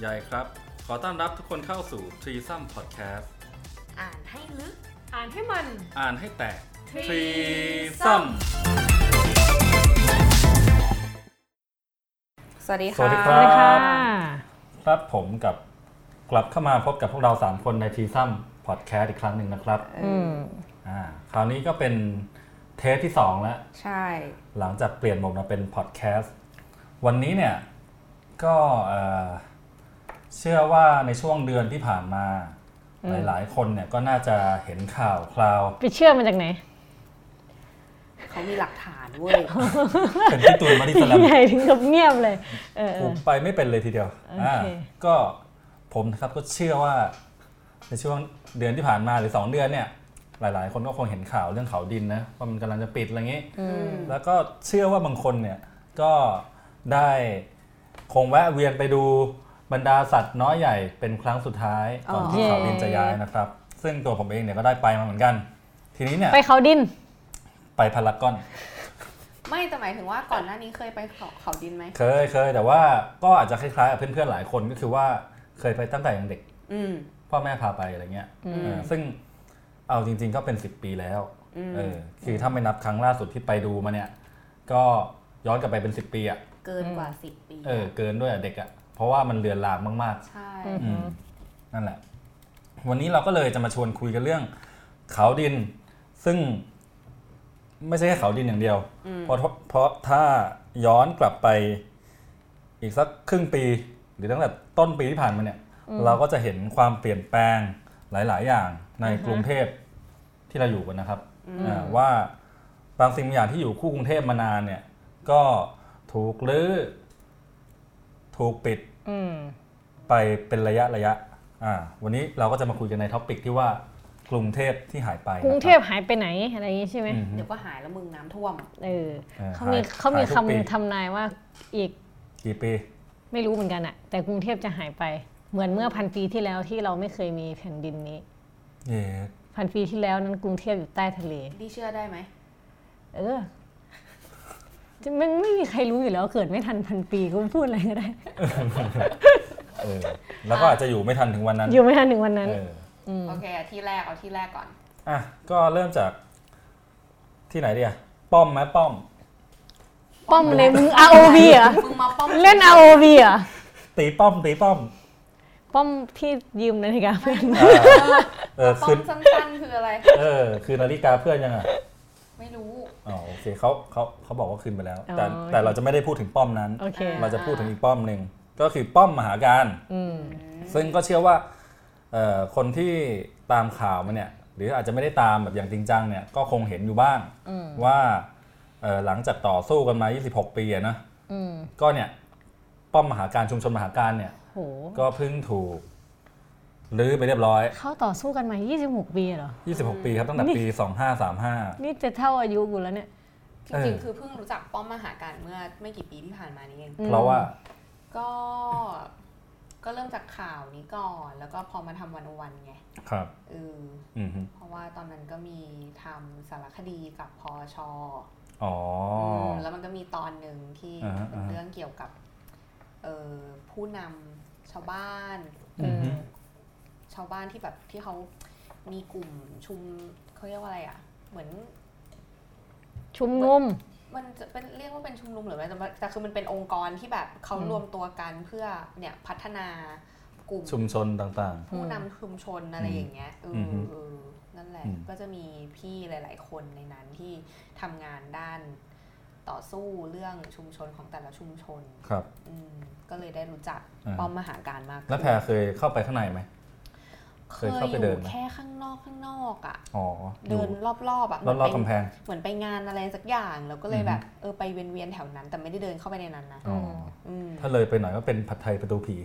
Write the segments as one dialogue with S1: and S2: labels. S1: ใหญ่ครับ ขอต้อนรับทุกคนเข้าสู่ t r e e s o m Podcast
S2: อ่านให้ลึก
S3: อ่านให้มัน
S1: อ่านให้แตก Threesome
S3: Threesome
S2: สวัสดีค่ะ
S1: สวัสดีครับ ครับผมกับกลับเข้ามาพบกับพวกเรา 3 คนใน t r e e s o m Podcast อีกครั้งหนึ่งนะครับ
S2: อืม
S1: อ่าคราวนี้ก็เป็นเทสที่ 2 แล้ว
S2: ใช่
S1: หลังจากเปลี่ยนโหมดมาเป็น Podcast วันนี้เนี่ยก็เอ่อเชื่อว่าในช่วงเดือนที่ผ่านมา หลาย ๆ คนเนี่ยก็น่าจะเห็นข่าวคราว
S3: ไปเชื่อมาจากไหน
S2: เขามีหลักฐานเว้ย
S1: เป็นพี่ตูนมาดิสแลม
S3: ใหญ่ถึงกับเงียบเลย เออ
S1: ผมไปไม่เป็นเลยทีเดียว
S3: โอเค
S1: าก็ผมนะครับก็เชื่อว่า ในช่วงเดือนที่ผ่านมาหรือ 2 เดือนเนี่ย หลายๆ คนก็คงเห็นข่าวเรื่องเขาดินนะว่ามันกำลังจะปิดอะไรอย่างงี้ แล้วก็เชื่อว่าบางคนเนี่ยก็ได้คงแวะเวียนไปดูบรรดาสัตว์น้อยใหญ่เป็นครั้งสุดท้ายก่อนที่
S3: อ๋อ
S1: เขาดินจะย้ายนะครับ ซึ่งตัวผมเองเนี่ยก็ได้ไปมาเหมือนกัน ทีนี้เนี่ย
S3: ไปเขาดิน
S1: ไปพารากอน
S2: ไม่แต่หมายถึงว่าก่อนหน้านี้เคยไปเขาเขาดินไหม
S1: เคยเคยแต่ว่าก็อาจจะคล้ายๆกับเพื่อนๆหลายคนก็คือว่าเคยไปตั้งแต่ยังเด็ก
S2: อืม
S1: พ่อแม่พาไปอะไรเงี้ยเออซึ่งเอาจริง ๆ ก็เป็น 10 ปีแล้วเออคือถ้าไม่นับครั้งล่าสุดที่ไปดูมาเนี่ย ก็ย้อนกลับไปเป็น 10 ปีอะ่ะ
S2: เกินกว่าสิบปี
S1: เออเกินด้วยอะเด็กอะ่ะเพราะว่ามันเลือนลามมาก
S2: ใช่
S1: ๆอืมนั่นแหละ วันนี้เราก็เลยจะมาชวนคุยกันเรื่องเขาดิน ซึ่งไม่ใช่แค่เขาดินอย่างเดียว เพราะเพราะถ้าย้อนกลับไปอีกสักครึ่งปี หรือตั้งแต่ต้นปีที่ผ่านมาเนี่ย เราก็จะเห็นความเปลี่ยนแปลงหลาย ๆ อย่างในกรุงเทพที่เราอยู่กันนะครับอ่าว่าบางสิ่งบางอย่างที่อยู่คู่กรุงเทพมานานเนี่ย ก็ถูกรื้อถูกปิด
S3: อืม
S1: ไปเป็นระยะระยะอ่าวันนี้เราก็จะมาคุยกันในท็อปิกที่ว่ากรุงเทพที่หายไปนะค
S3: ก
S1: บ
S3: รุงเทพหายไปไหนอะไรอย่างงี้ใช่ไหม
S1: อืม
S2: เดี๋ยวก็หายแล้วมึงน้ำท่วม
S3: เออ
S1: เออ
S3: เขามี
S1: หาย
S3: เขามี
S1: หายทุกปี
S3: คำทำนายว่าอีก
S1: กี่ปี
S3: ไม่รู้เหมือนกันอะแต่กรุงเทพจะหายไป เหมือนเมื่อพันปีที่แล้วที่เราไม่เคยมีแผ่นดินนี้
S1: เย้
S3: พันปีที่แล้วนั้นกรุงเทพอยู่ใต้ทะเล
S2: ที่เชื่อได้ไหม
S3: เออจะไม่ไม่มีใครรู้อยู่แล้วเกิดไม่ทันพันปีก็พูดอะไรก็ได้
S1: เออแล้วก็อาจจะอยู่ไม่ทันถึงวันนั้น
S3: อยู่ไม่ทันถึงวันนั้น
S1: เออ
S2: โอเคอ่ะที่แรกเอาที่แรกก่อน
S1: อ่ะ ก็เริ่มจากที่ไหนดีอะป้อมไหมป้อม
S3: ป้อมเลยมึง ROV เหรอ
S2: มึงมาป้อม
S3: เล่น ROV เหรอ
S1: ตีป้อม ตีป้อม
S3: ป้อมที่ยืมนาฬิกาเพื่อน
S1: อ่าเออ
S2: ป้อ
S1: คือ
S2: มสั้นๆคืออะไร
S1: เออ คือนาฬิกาเพื่อนยังอ่ะ
S2: ไม่รู้
S1: อ๋อโอเคเขาเขาเขาบอกว่าคืนไปแล้ว แต่แต่เราจะไม่ได้พูดถึงป้อมนั้น
S3: โอเค
S2: อ่
S1: เราจะพูดถึงอีกป้อมหนึ่งก็คือป้อมมหาการ
S3: อืม
S1: ซึ่งก็เชื่อว่าเอ่อคนที่ตามข่าวมาเนี่ย หรืออาจจะไม่ได้ตามแบบอย่างจริงจังเนี่ย ก็คงเห็นอยู่บ้างว่าเอ่อหลังจากต่อสู้กันมา 26 ปีอะนะ
S3: อืม
S1: ก็เนี่ย ป้อมมหาการชุมชนมหาการเนี่ย
S3: โห
S1: ก็เพิ่งถูกรื้อไปเรียบร้อย
S3: เขาต่อสู้กันมา 26 ปีเหรอ
S1: 26 ปีครับตั้งแต่ปี 2535
S3: นี่จะเท่าอายุกูแล้วเนี่ย
S2: จ
S1: เอ
S2: ริ
S1: อ
S2: งๆ คือเพิ่งรู้จักป้อมมหาการเมื่อไม่กี่ปีที่ผ่านมานี้เอง
S3: อืม
S1: เพราะว่า
S2: ก็ ก็เริ่มจากข่าวนี้ก่อน แล้วก็พอมาทำวันโอวันไง
S1: ครับ
S2: เออ
S1: อืมฮึ
S2: เพราะว่าตอนนั้นก็มีทำสารคดีกับพอชอ
S1: อ๋อ
S2: มแล้วมันก็มีตอนหนึ่งที่
S1: อ่าฮะ
S2: เป็นเรื่องเกี่ยวกับเออผู้นำชาวบ้าน
S1: อืม
S2: ชาวบ้านที่แบบที่เขามีกลุ่มชุมเขาเรียกว่าอะไรอ่ะ เหมือน
S3: ชุมนุม
S2: มันจะเป็นเรียกว่าเป็นชุมนุมหรือไม่แต่ว่าแต่คือมันเป็นองค์กรที่แบบเขา
S3: อืม
S2: รวมตัวกันเพื่อเนี่ยพัฒนากลุ่ม
S1: ชุมชนต่าง
S2: ผู้นำชุมชนอะไรอย่างเงี้ยเอออ
S1: มฮึ
S2: เออนั่นแหละ
S1: อืม
S2: ก็จะมีพี่หลาย ๆ คนในนั้นที่ทำงานด้านต่อสู้เรื่องชุมชนของแต่ละชุมชน
S1: ๆ ครับ
S2: อืมก็เลยได้รู้จัก
S1: อ่า
S2: ป้อมมหาการมากขึ้น
S1: แล้วแพรเคยเข้าไปข้างในไหม
S2: เค
S1: เค
S2: ย
S1: ย
S2: อ
S1: เข้าไปเดิน
S2: ยู่
S1: ไหม
S2: แค่ข้างนอกข้างนอกอ่ะ
S1: อ๋ออ
S2: เดิ
S1: ยู่
S2: นรอบๆอ่ะ
S1: ร
S2: เหมือน
S1: อ
S2: ไป
S1: บๆกำแพง
S2: เหมือนไปงานอะไรสักอย่างแล้วก็เลย
S1: อือฮึ
S2: แบบเออไปเวียนๆแถวนั้น แต่ไม่ได้เดินเข้าไปในนั้นนะ
S1: อ๋อ
S2: อืม
S1: ถ้าเลยไปหน่อยก็เป็นผัดไทยประตูผี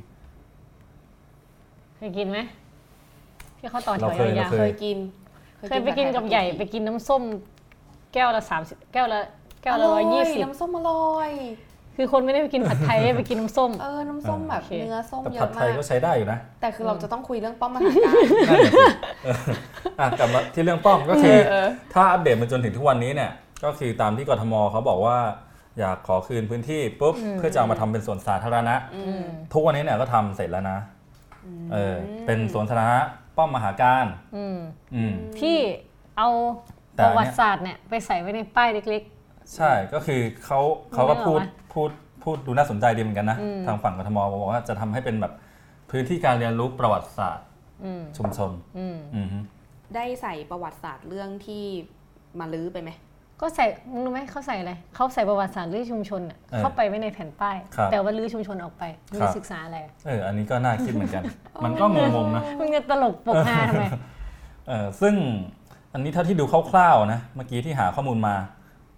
S3: เคยกินไหมที่เขาต่อแถว
S1: เราเคย
S3: ยาว
S1: เรา
S2: เคยกิน
S3: ๆเคยไปกินกับใหญ่ไปกินน้ำส้ม แก้วละ30แก้วละแก้วละ
S2: ร่
S3: ร้อยยี่สิบ
S2: น้ำส้มอร่อย
S3: คือคนไม่ได้ไปกินผัดไทย ไปกินน้ำส้ม
S2: เออ น้ำส้มแบบ
S3: โอเค
S2: เนื้อส้ม
S1: แต่
S2: เย
S1: ผัด
S2: อะ
S1: ไท
S2: มาย ก
S1: ก็ใช้ได้อยู่นะ
S2: แต่คือเราจะต้องคุยเรื่องป้อมมหา การ
S1: นั่นแหละสิเอออ่ะกลับมาที่เรื่องป้อมก็คือ ถ้าอัปเดตมาจนถึงทุกวันนี้เนี่ย ก็คือตามที่กทมเขาบอกว่า อยากขอคืนพื้นที่ปุ๊บเพื่อจะเอามาทำเป็นสวนสาธารณะ
S2: อืม
S1: ทุกวันนี้เนี่ยก็ทำเสร็จแล้วนะเอออเป็นสวนสาธารณะป้อมมหาการ
S3: อืม
S1: อืม
S3: ที่เอา
S1: แต่
S3: ป
S1: อันเนี้ย
S3: ระวัติศาสตร์เนี่ยไปใส่ไว้ในป้ายเล็ก
S1: ใช่ก็คือเขาเขาก็พูด
S3: ไม่เหรอวะ
S1: พูดพูดดูน่าสนใจดีเหมือนกันนะ
S3: อืม
S1: ทางฝั่งกทมบอกว่าจะทำให้เป็นแบบพื้นที่การเรียนรู้ประวัติศาสตร์
S3: ๆ อืม
S1: ชุมชน
S3: อืม
S1: อือฮึ
S2: ได้ใส่ประวัติศาสตร์เรื่องที่มาลื้อไปไหม
S3: ก็ใส่มึงรู้ไหมเขาใส่อะไรเขาใส่ประวัติศาสตร์ลื้อชุมชนน่ะเข้าไปไว้ในแผ่นป้าย
S1: ครับ
S3: แต่ว่าลื้อชุมชนออกไปมึง
S1: ครั
S3: จะ
S1: บ
S3: ศึกษาอะไรอะ
S1: เอออันนี้ก็น่าคิดเหมือนกัน มันก็งงๆนะ
S3: มึงจะตลกปกฮาทำไม
S1: เออซึ่งอันนี้เท่าที่ดูคร่าวๆนะเมื่อกี้ที่หาข้อมูลมา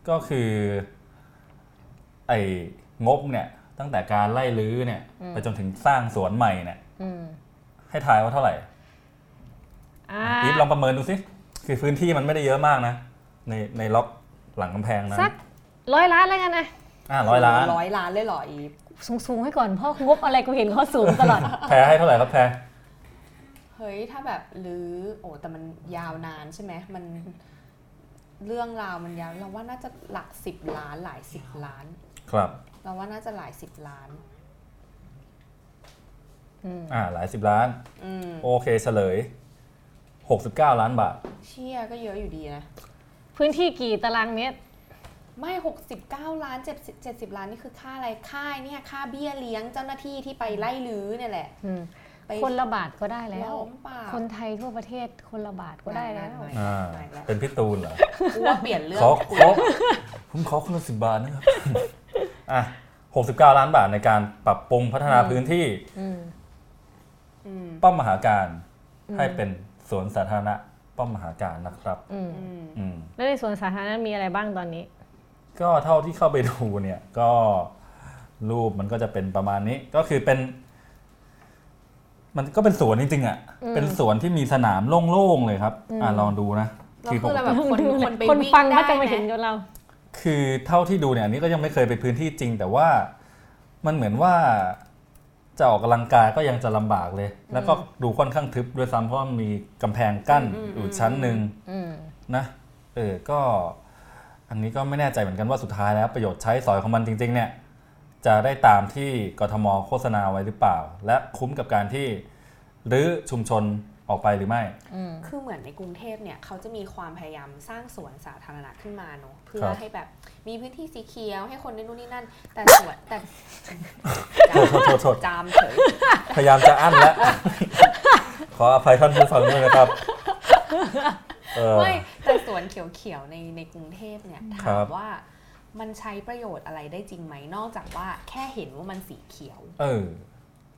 S1: ก็คือไอ้งบเนี่ยตั้งแต่การไล่ลื้อเนี่ย
S3: อืม
S1: ไปจนถึงสร้างสวนใหม่เนี่ย
S3: อืม
S1: ให้ทายว่าเท่าไหร่
S3: อ่า
S1: อีฟลองประเมินดูสิคือพื้นที่มันไม่ได้เยอะมากนะ ในในล็อกหลังกำแพงนะ
S3: สักร้อยล้านแล้วกันนะ
S1: อ่าร้อยล้าน
S2: ร้อยล้านเลยเหรออีฟ
S3: สูงสูงๆให้ก่อนเพราะงบอะไรกูเห็นเขาสูง ตลอด
S1: แพ้ให้เท่าไหร่ครับแพ้
S2: เฮ้ยถ้าแบบรื้อโอ้แต่มันยาวนานใช่ไหมมันเรื่องราวมันยาวเราว่าน่าจะหลักสิบล้านหลายสิบล้าน
S1: ครับ
S2: เราว่าน่าจะหลายสิบล้าน
S3: อืม
S1: อ่าหลายสิบล้าน
S2: อืม
S1: โอเคเฉลย 69 ล้านบาท
S2: เชี่ยก็เยอะอยู่ดีนะ
S3: พื้นที่กี่ตารางเมตร
S2: ไม่ 69 ล้าน70 70 ล้านนี่คือค่าอะไรค่าไอ้เนี่ยค่าเบี้ยเลี้ยงเจ้าหน้าที่ที่ไปไล่ลื้อเนี่ยแหละ
S3: อืม
S2: ไป
S3: คนละบาทก็ได้แล้ว
S2: ล้อมป่า
S3: คนไทยทั่วประเทศคนละบาทก็ได้แล้ว
S2: ได้
S1: อ่า
S2: หลายล้าน
S1: เป็นพี่ตูนเหรอ
S2: กูว่าเปลี่ยนเรื่อง
S1: ขอขอผมขอคนละสิบบาทนะครับ อ่ะหกสิบเก้าล้านบาทในการปรับปรุงพัฒนา
S3: อืม
S1: พื้นที่
S3: อืม
S2: อืม
S1: ป้อมมหาการให้เป็นสวนสาธารณะป้อมมหาการนะครับ
S3: อืม
S2: อืม
S1: อืม
S3: แล้วในสวนสาธารณะมีอะไรบ้างตอนนี้
S1: ก็เท่าที่เข้าไปดูเนี่ย ก็รูปมันก็จะเป็นประมาณนี้ ก็คือเป็น มันก็เป็นสวนจริงๆอ่ะ
S3: อืม
S1: เป็นสวนที่มีสนามโล่งๆเลยครับ
S3: อืม
S1: อ่ะลองดูนะ
S2: เราคือเราแบบคน
S3: ดูเลย
S2: คนไป
S3: คน
S2: วิ่ง
S3: ฟัง
S2: ได้
S3: ก็จะมาเห็น
S2: ไหม
S3: กับเรา
S1: คือเท่าที่ดูเนี่ยอันนี้ก็ยังไม่เคยไปพื้นที่จริง แต่ว่ามันเหมือนว่าจะออกกำลังกายก็ยังจะลำบากเลย แล้วก็ดูค่อนข้างทึบด้วยซ้ำเพราะว่ามีกำแพงกั้นอยู่ชั้นหนึ่ง
S3: อืม
S1: นะเออก็ อันนี้ก็ไม่แน่ใจเหมือนกันว่าสุดท้ายแล้วประโยชน์ใช้สอยของมันจริง ๆ เนี่ย จะได้ตามที่กทมโฆษณาไว้หรือเปล่า และคุ้มกับการที่รื้อชุมชนออกไปหรือไม่
S3: อืม
S2: คือเหมือนในกรุงเทพเนี่ยเขาจะมีความพยายามสร้างสวนสาธารณะขึ้นมาเนอะเพื่อ
S1: ครับ
S2: ให้แบบมีพื้นที่สีเขียวให้คนได้นู่นนี่นั่น แต่สวนแต่
S1: โทษโทษโทษโทษ
S2: จามเฉย
S1: พยายามจะอั้นแล้ว ขออภัยท่านผู้ฟังด้วยนะครับ เออ
S2: ไม่แต่สวนเขียวๆในในกรุงเทพเนี่ย
S1: ครั
S2: ถาม
S1: บ
S2: ว่ามันใช้ประโยชน์อะไรได้จริงไหมนอกจากว่าแค่เห็นว่ามันสีเขียว
S1: เออ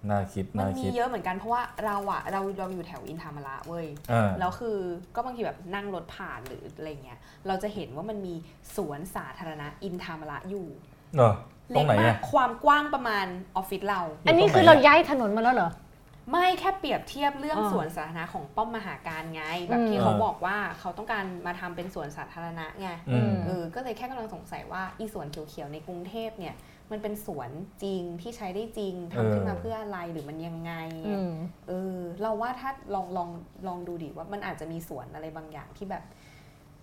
S1: น่าคิด
S2: มั
S1: น่าน
S2: มี
S1: คิด
S2: เยอะเหมือนกันเพราะว่าเราอะเราเราอยู่แถวอินทามระเว้ย
S1: เออ
S2: แล้วคือก็บางทีแบบนั่งรถผ่านหรืออะไรเงี้ยเราจะเห็นว่ามันมีสวนสาธารณะอินทามระอยู่
S1: เนอะตร
S2: เล็
S1: ง
S2: ก
S1: ไหน
S2: มา
S1: อ่ะ
S2: กความกว้างประมาณออฟฟิศเรา
S3: อันนี้คือเราย้ายถนนมาแล้วเหรอ
S2: ไม่แค่เปรียบเทียบเรื่อง
S3: อ่า
S2: สวนสาธารณะของป้อมมหาการไงแบบที่
S1: อืม
S2: เขาบอกว่าเขาต้องการมาทำเป็นสวนสาธารณะไง
S1: อืม
S2: เออ ก็เลยแค่กำลังสงสัยว่าอีสวนเขียวๆในกรุงเทพเนี่ย มันเป็นสวนจริงที่ใช้ได้จริง
S1: เออ
S2: ทำขึ้นมาเพื่ออะไรหรือมันยังไง
S3: อืม
S2: เออ เราว่าถ้าลองลองลองดูดิว่ามันอาจจะมีสวนอะไรบางอย่างที่แบบ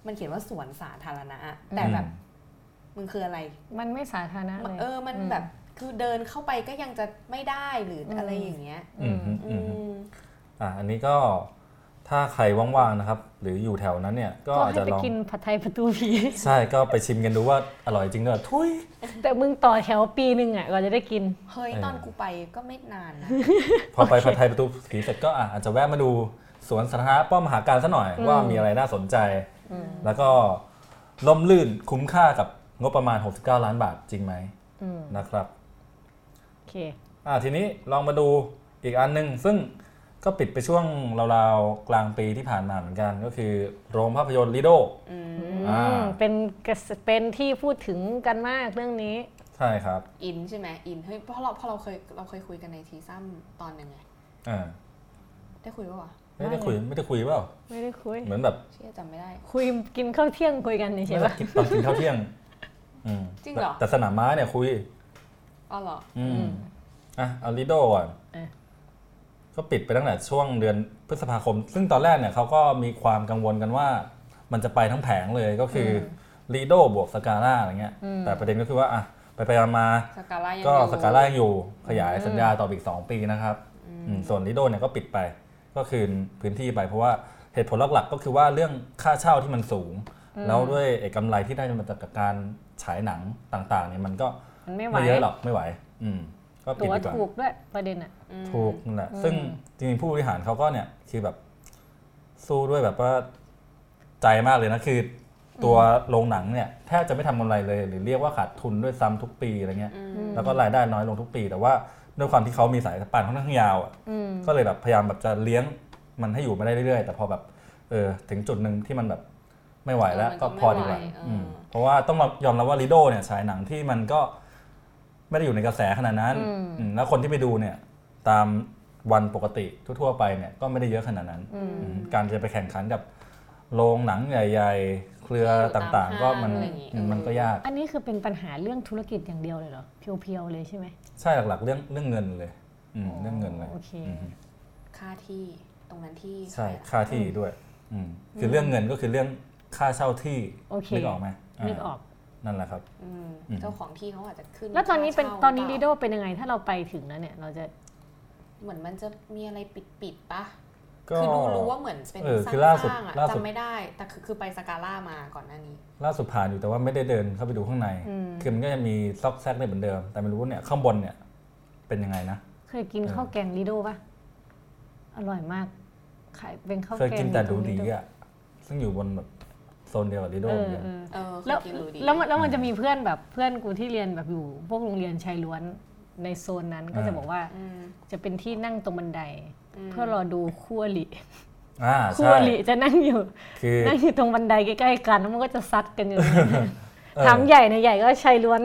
S2: มันเขียนว่าสวนสาธารณะอะแต่แบบมึงคืออะไร
S3: มันไม่สาธารณะ
S2: มัน
S3: เลย
S2: เออ มันแบบคือเดินเข้าไปก็ยังจะไม่ได้หรืออะไร
S3: อืม
S2: อย่างเงี้ย
S1: อืมอืม
S2: อื
S1: อืม
S2: ม
S1: อ่ะอันนี้ก็ถ้าใครว่างๆนะครับ หรืออยู่แถวนั้นเนี่ย ก็
S3: ก็
S1: อาจ
S3: ให้
S1: จะ
S3: ไป
S1: ลอง
S3: กินผัดไทยประตูผี
S1: ใช่ ก็ไปชิมกันดูว่าอร่อยจริงด้วยทุย
S3: แต่มึงต่อแถวปีหนึ่งอ่ะกว่าจะได้กิน
S2: เฮ้ย
S1: เออ
S2: ตอนกูไปก็ไม่นาน นะ
S1: พอไปผัดไทยประตูผีเสร็จก็อ่ะอาจจะแวะมาดูสวนสาธารณะป้อมมหาการซะหน่อย
S3: อืม
S1: ว่ามีอะไรน่าสนใจ แล้วก็ล่มลื่นคุ้มค่ากับงบประมาณ 69 ล้านบาทจริงไหม
S3: อืม
S1: นะครับ
S3: โอเค
S1: อ่าทีนี้ลองมาดูอีกอันหนึง ซึ่งก็ปิดไปช่วงราวๆกลางปีที่ผ่านมาเหมือนกัน ก็คือโรงภาพยนตร์ลิโด
S2: อืม
S1: อ่า
S3: อืมเป็นกระแสเป็นที่พูดถึงกันมากเรื่องนี้
S1: ใช่ครับ
S2: อินใช่ไหมอินเฮ้ยเพราะเราเพราะเราเคยเราเคยคุยกันในทีซัมตอนหนึ่งไง
S1: อ่า
S2: ได้คุยปะวะ
S1: ไม่ได้คุยไม่ได้คุยเปล่า
S3: ไม่ได้คุย
S1: เหมือนแบบ
S2: เชี่ยจำไม่ได้
S3: คุยกินข้าวเที่ยงคุยกันเฉยๆ
S1: น่า
S3: ป่ะ
S1: จะกินตอนกินข้าวเที่ยงอืม
S2: จริงเหรอ
S1: แต่สนามม้าเนี่ยคุย
S2: อ๋อเหรอ
S1: อืมอ่ะเอาลิโดก่อน
S3: อ่ะ
S1: ก็ปิดไปตั้งแต่ช่วงเดือนพฤษภาคม ซึ่งตอนแรกเนี่ยเขาก็มีความกังวลกันว่า มันจะไปทั้งแผงเลยก็คืออ ลีโดบวกสกาล่าอะไรเงี้ย แต่ประเด็นก็คือว่าอ่ะไปไปๆมา
S2: สกาล่ายัง
S1: ๆก็
S2: อยู่
S1: สกาล่ายังอยู่ขยายสัญญาต่ออีก 2 ปีนะครับอืมส่วนลีโดเนี่ยก็ปิดไป ก็คืนพื้นที่ไปเพราะว่าเหตุผลหลักๆ ก็คือว่าเรื่องค่าเช่าที่มันสูง แล้วด้วยเอกกำไรที่ได้มาจากการฉายหนังต่างๆเนี่ยมันก็
S3: มันไม่ไหว
S1: ไม่เยอะหรอกไม่ไหว อืมก็ปิด
S3: ตัว
S1: ดีกว่า
S3: ถูกด้วยประเด็นอ่ะ
S2: อืม
S1: ถูกนั่นแหละซึ่งจริงๆผู้บริหารเขาก็เนี่ยคือแบบสู้ด้วยแบบว่าใจมากเลยนะ คือ ตัวโรงหนังเนี่ยแทบจะไม่ทำกำไรเลย หรือเรียกว่าขาดทุนด้วยซ้ำทุกปีอะไรเงี้ย
S2: อืม
S3: ม
S1: แล้วก็รายได้น้อยลงทุกปี แต่ว่าด้วยความที่เขามีสายป่านค่อนข้างยาวอะ
S3: อืม
S1: ก็เลยแบบพยายามแบบจะเลี้ยงมันให้อยู่มาได้เรื่อยๆ แต่พอแบบเออถึงจุดหนึ่งที่มันแบบไม่ไหวแล้ว ก็พอดีกว่าอืมเพราะว่าต้องยอมรับว่าลิโดเนี่ยฉายหนังที่มันก็ไม่ได้อยู่ในกระแสขนาดนั้นอืมแล้วคนที่ไปดูเนี่ย ตามวันปกติทั่วๆไปเนี่ยก็ไม่ได้เยอะขนาดนั้น
S3: อืม
S1: อืมการจะไปแข่งขันกับโรงหนังใหญ่ ๆ เครือต่างๆ ก็มันอืมมันก็ยาก
S3: อันนี้คือเป็นปัญหาเรื่องธุรกิจอย่างเดียวเลยเหรอเพียวๆเลยใช่ไหม
S1: ใช่หลักๆเรื่องเรื่องเงินเลยอืมเรื่องเงินเลย
S3: โอเค
S1: อืม
S2: ค่าที่ตรงนั้นที่
S1: ใช่ค่าที่ด้วยอืมคือเรื่องเงินก็คือเรื่องค่าเช่าที่
S3: โอเค
S1: นึกออกไหมาน
S3: นึกออก
S1: นั่นแหละครับ
S2: อืม
S1: อืม
S2: เจ้าของที่เขาอาจจะขึ้น
S3: แล้วตอนนี้เป็น
S2: ค่าช่า
S3: ตอนนี้
S2: หรื
S3: ลี
S2: เปา
S3: โดเป็นยังไง ถ้าเราไปถึงแล้วเนี่ย เราจะ
S2: เหมือนมันจะมีอะไรปิดปิดๆปะ
S1: ก็
S2: คือดูรู้ว่าเหมือนเป็น
S1: เออ
S2: ส
S1: คือล่าสุด
S2: ร้างๆอะ
S1: ล่าสุด
S2: จำไม่ได้ แต่คือคือไปสกาล่ามาก่อนหน้านี้
S1: ล่าสุดผ่านอยู่แต่ว่าไม่ได้เดินเข้าไปดูข้างใน
S3: อืม
S1: คือมันก็จะมีซอกแซกได้เหมือนเดิม แต่ไม่รู้ว่าเนี่ยข้างบนเนี่ยเป็นยังไงนะ
S3: เคยกินข้าวแกงลีโดป่ะ อร่อยมาก ขายเป็นข้าว
S1: เค
S3: แก
S1: ย
S3: ง
S1: กินแต่ดู
S3: ขง
S1: ดี
S3: Lido
S1: อ่ะ ซึ่งอยู่บนแบบโซนเดียวกับลิโด
S3: เอ
S1: เหมือนกั
S3: อ
S1: น
S3: เออ
S2: เออ
S3: แล้ว
S2: เคยกินดูดี
S3: แล้วมันแล้วมันจะมีเพื่อนแบบเพื่อนกูที่เรียนแบบอยู่ พวกโรงเรียนชายล้วนในโซนนั้นก็จะบอกว่า
S2: อืม
S3: จะเป็นที่นั่งตรงบันได
S2: อืม
S3: เพื่อรอดูคู่อริ
S1: อ่า
S3: คู่
S1: ใช่
S3: อริจะนั่งอยู่
S1: คือ
S3: นั่งอยู่ตรงบันไดใกล้ๆกันแล้วมันก็จะซัดกันอยู่
S1: เออ
S3: ถามใหญ่ในยใหญ่ก็ชายล้วน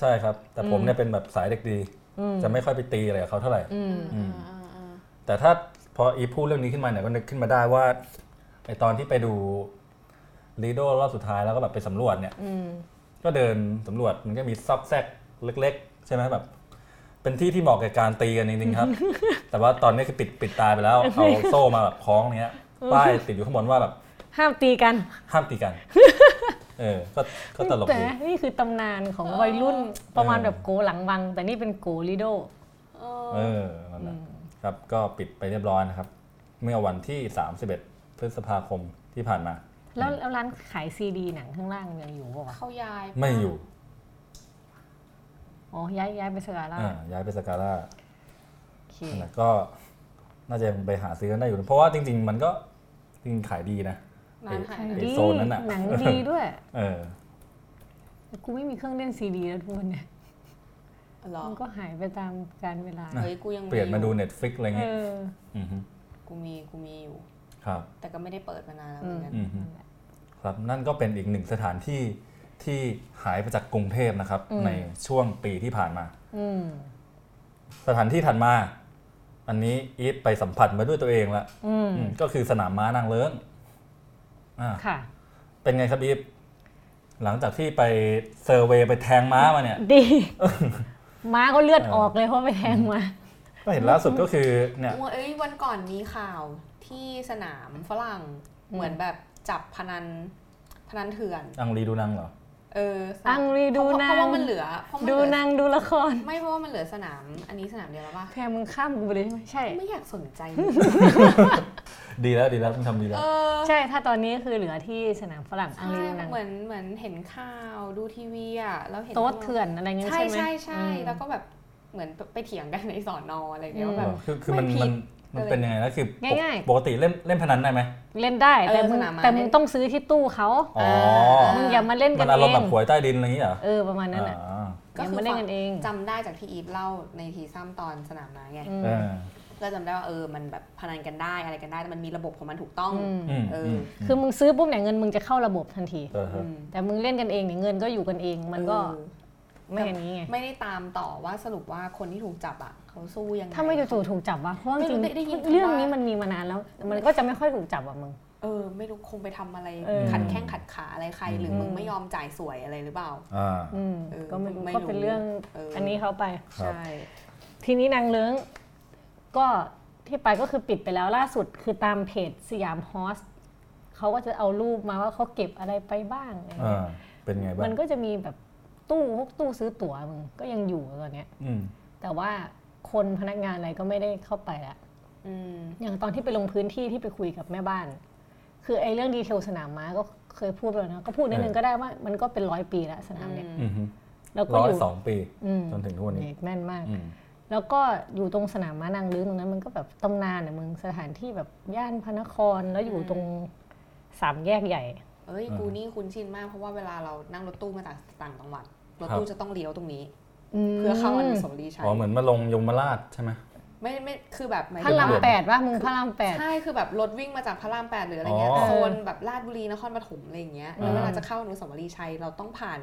S1: ใช่ครับ แต่ผมเนี่ยเป็นแบบสายเด็กดี
S3: อืม
S1: จะไม่ค่อยไปตีอะไรกับเขาเท่าไหร่
S3: อืม
S2: อ่าอ่าอ่า
S1: แต่ถ้าพออีฟพูดเรื่องนี้ขึ้นมาเนี่ยก็นึกขึ้นมาได้ว่าไอตอนที่ไปดูลีโดรอบสุดท้ายแล้วก็แบบไปสำรวจเนี่ย
S3: อืม
S1: ก็เดินสำรวจมันก็มีซอกแซกเล็ก ๆ ใช่ไหมแบบ เป็นที่ที่เหมาะกับการตีกันจริง ๆครับ แต่ว่าตอนนี้คือปิดปิดตายไปแล้ว เอาโซ่มาแบบคล้องเนี้ยป้ายติดอยู่ข้างบนว่าแบบ
S3: ห้ามตีกัน
S1: ห้ามตี กัน เออ ก็ก็ตลก
S3: แต่
S1: ดี
S3: นี่คือตำนานของวัยรุ่นประมาณแบบโกหลังวัง แต่นี่เป็นโกลิโด
S2: เออ
S1: เออนั่นแหละครับก็ปิดไปเรียบร้อยนะครับ เมื่อวันที่ 31 พฤษภาคมที่ผ่านมา
S3: แล้วแล้วร้านขายซีดีหนังข้างล่างยังอยู่ป่าวะ
S2: เข้ายาย
S1: ไม่อยู่
S3: อ๋อย้ายย้ายไปสกาล่า
S1: อ่าย้ายไปสกาล่า
S3: โอเค
S1: แล้วก็น่าจะยังไปหาซื้อกันได้อยู่นะเพราะว่าจริง ๆ มันก็จริงๆขายดีนะ
S2: ร้านขาย
S1: ไอ้โซนนั้นน่ะ
S3: หนังดี ด้วย
S1: เออ
S3: แต่กูไม่มีเครื่องเล่นซีดีแล้วทุกวันเนี่ย
S2: หรอ
S3: มันก็หายไปตามการเวลา
S1: นะ
S2: เฮ้ยกูยัง
S1: เปลี่ยนมาดู
S2: อ
S1: Netflix อะไร
S3: เอ
S1: เงี้ย
S3: อ
S1: อฮึ
S2: กูมีกูมีอยู่
S1: ครับ
S2: แต่ก็ไม่ได้เปิดมานานแล้วเหมือนกัน
S1: อือฮึ
S3: นั่นแหละ
S1: ครับ นั่นก็เป็นอีกหนึ่งสถานที่ที่หายไปจากกรุงเทพนะครับ
S3: อืม
S1: ในช่วงปีที่ผ่านมา
S3: อืม
S1: สถานที่ถัดมา อันนี้อีฟไปสัมผัสมาด้วยตัวเองละ
S3: อืม
S1: อืมก็คือสนามม้านางเลิ้งอ่า
S3: ค่ะ
S1: เป็นไงครับอีฟหลังจากที่ไปเซอร์เวยไปแทงม้ามาเนี่ย
S3: ดี ม้าก็เลือดออกเลยเพราะไปแทงมา
S1: ก็เห็นล่าสุดก็คือเนี่ย
S2: โอ้ยเอ้ยวันก่อนมีข่าวที่สนามฝรั่งเหมือนแบบจับพนันพนันเถื่อน
S1: อังรีดูนังเหรอ
S2: เออ
S3: อังรีดู
S2: เพราะเพราะว่า
S3: หนัง
S2: มันเหลือเพราะมัน
S3: ดู
S2: เหลือ
S3: หนางดูละคร
S2: ไม่เพราะว่ามันเหลือสนาม อันนี้สนามเดียวแล้วป่ะ
S3: แพรมึงข้ามกูไปเลยใช่ไหมใช่
S2: ไม่อยากสนใจ
S1: ดีแล้วดีแล้วมึงทำดีแล้
S2: เอ
S1: ว
S2: อ
S3: ใช่ถ้าตอนนี้คือเหลือที่สนามฝรั่งอัง
S2: ใช่
S3: รีดูหนัง
S2: เหมือนเหมือนเห็นข่าวดูทีวีอ่ะแล้วเห็น
S3: โต๊ะเถื่อนอะไรเงี้ย
S2: ใช่
S3: ใช่ไหม
S2: ใช่ใช่
S3: อืม
S2: แล้วก็แบบเหมือนไปเถียงกันในสอนออะไรเงี้ย
S3: อืม
S2: ว่าแบบ
S1: คือคือมัน
S2: ไม่ผิ
S1: มัน
S2: ด
S1: มัน
S2: เลย
S1: เป็นยังไงนะคือปก
S3: ง่ายๆ
S1: ปกติเล่นเล่นพนันได้ไหม
S3: เล่นได้แต่
S2: เออ
S3: มึง
S2: สนามม้า
S3: แต่มึง
S2: เล่น
S3: ต้องซื้อที่ตู้เขา
S1: อ๋อ
S3: มึงอย่ามาเล่นกั
S1: มัน น
S3: เอ
S1: อารม
S3: ง
S1: ณ์แบบหวยใต้ดินอะไรอย่างเงี้ยเหรอ
S3: เออประมาณนั้นอ่ะ
S1: อ่า
S3: อย่ามาเล่นกันเอง
S2: จำได้จากที่อีฟเล่าในทีซ้ำตอนสนามน้าไง
S3: อืม
S1: เออ
S2: ก็จำได้ว่าเออมันแบบพนันกันได้อะไรกันได้แต่มันมีระบบของมันถูกต้อง
S3: อืม
S1: อืม
S2: เอออื
S1: ม
S3: คือมึงซื้อปุ๊บเนี่ยเงินมึงจะเข้าระบบทันที
S1: เออเออ
S2: อืม
S3: แต่มึงเล่นกันเองเนี่ยเงินก็อยู่กันเอง มันก็
S2: เออ
S3: ไม่อย่างนี้ไง
S2: ไม่ได้ตามต่อว่าสรุปว่าคนที่ถูกจับอ่ะเขาสู้ยังไง
S3: ถ้าไม่จู่ๆถูกจับวะเพราะว่าจริง
S2: ไม่รู้ได้ได้ยินคำว่า
S3: เรื่องนี้มันมีมานานแล้ว มันก็จะไม่ค่อยถูกจับอ่ะมึง
S2: เออไม่รู้คงไปทำอะไร
S3: เออ
S2: ขัดแข้งขัดขาอะไรใคร หรือมึงไม่ยอมจ่ายสวยอะไรหรือเปล่า
S1: อ่า
S3: อืม
S2: เออ
S3: ก็ไม่รู้
S2: ไม่
S3: ก็เป็น
S2: รู้
S3: เรื่อง
S2: เอออั
S3: อันนี้เขาไป
S1: ครั
S2: ใช่
S1: บ
S3: ทีนี้นางเลื้งก็ที่ไปก็คือปิดไปแล้วล่าสุดคือตามเพจสยามฮอสเขาก็จะเอารูปมาว่าเขาเก็บอะไรไปบ้างอะไร
S1: เอ
S3: เงี้
S1: อ
S3: ย
S1: เป็นไงบ้า
S3: มัน
S1: ง
S3: ก็จะมีแบบตู้พวกตู้ซื้อตั๋วมึงก็ยังอยู่ตอนเนี้ย
S1: อืม
S3: แต่ว่าคนพนักงานอะไรก็ไม่ได้เข้าไปละ
S2: อืม
S3: อย่างตอนที่ไปลงพื้นที่ที่ไปคุยกับแม่บ้าน คือไอ้เรื่องดีเทลสนามม้าก็เคยพูดไปแล้วนะก็พูดนิดนึงก็ได้ว่ามันก็เป็นร้อยปีละสนามเนี่ย
S1: อืมฮึ
S3: แล้วก็
S1: ร้อ
S3: อย ยู่
S1: สองปี
S3: อืม
S1: จนถึงทุกวันนี้
S3: เด็กแม่นมาก
S1: อืม
S3: แล้วก็อยู่ตรงสนามม้านางลื้อตรงนั้นมันก็แบบตำนานอะมึงสถานที่แบบย่านพระนครแล้วอยู่ตรงสามแยกใหญ่
S2: เอ้ยกูนี่คุ้นชินมากเพราะว่าเวลาเรานั่งรถตู้มาจากต่างจังหวัดรถตู้จะต้องเลี้ยวตรงนี้ เพื่อเข้าอนุสาวรีย์ชัย
S1: อ๋อเหมือนมาลงยมราชใช่ไหม
S2: ไม่ไม่คือแบบหมาย
S3: พ
S2: ถึ
S3: ระ
S2: ง
S3: ราม
S2: ว่า
S3: แปดว่ามึงพระรามแปด
S2: ใช่คือแบบรถวิ่งมาจากพระรามแปดหรืออะไรเงี้ย
S1: อ๋อ
S2: โซนแบบลาดบุรีนครปฐมอะไรอย่างเงี้ยแล้
S1: อ่า
S2: วเวลาจะเข้าอนุสาวรีย์ชัยเราต้องผ่าน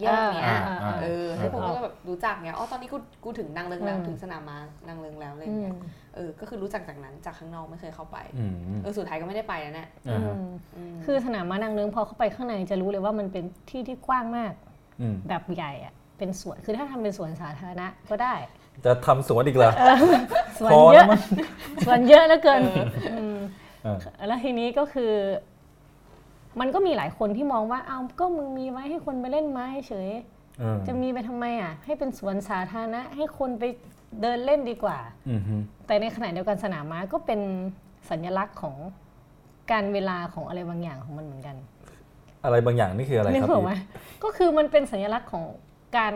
S2: แยกเนี้
S1: อ่าย
S3: อ่า
S1: อ่า
S2: เออให้ผม
S3: อ่า
S2: ก็แบบรู้จักเนี้ยอ๋อตอนนี้กูกูถึงนางเลิงแล้ว
S3: อืม
S2: ถึงสนามมานางเลิงแล้วอะไร
S3: อืม
S2: เงี้ยเออก็คือรู้จักจากนั้นจากข้างนอกไม่เคยเข้าไป
S1: อืม
S2: เออสุดท้ายก็ไม่ได้ไปนะเนี่ย
S1: อ่าฮะ
S3: อืม
S2: อืม
S3: คือสนามม้านางเลิ้งพอเข้าไปข้างในจะรู้เลยว่ามันเป็นที่ที่กว้างมาก
S1: อืม
S3: แบบใหญ่อะเป็นสวนคือถ้าทำเป็นสวนสาธารณะก็ได้
S1: จะทำสวนอีกเหรอ
S3: สวน
S1: พอ
S3: เย
S1: แล้
S3: อะ
S1: วมั้ง
S3: สวนเยอะเหลือเกินม
S1: เออ
S3: แล้วทีนี้ก็คือ มันก็มีหลายคนที่มองว่าเอาก็มึงมีไว้ให้คนไปเล่นไม้เฉย
S1: เออ
S3: จะมีไปทำไมอ่ะ ให้เป็นสวนสาธารณะให้คนไปเดินเล่นดีกว่า
S1: อืมฮึ
S3: แต่ในขณะเดียวกันสนามม้าก็เป็นสัญลักษณ์ของการเวลาของอะไรบางอย่างของมันเหมือนกัน
S1: อะไรบางอย่างนี่คืออะไร
S3: นึก
S1: ครับ
S3: ออกไหมก็คือมันเป็นสัญลักษณ์ของการ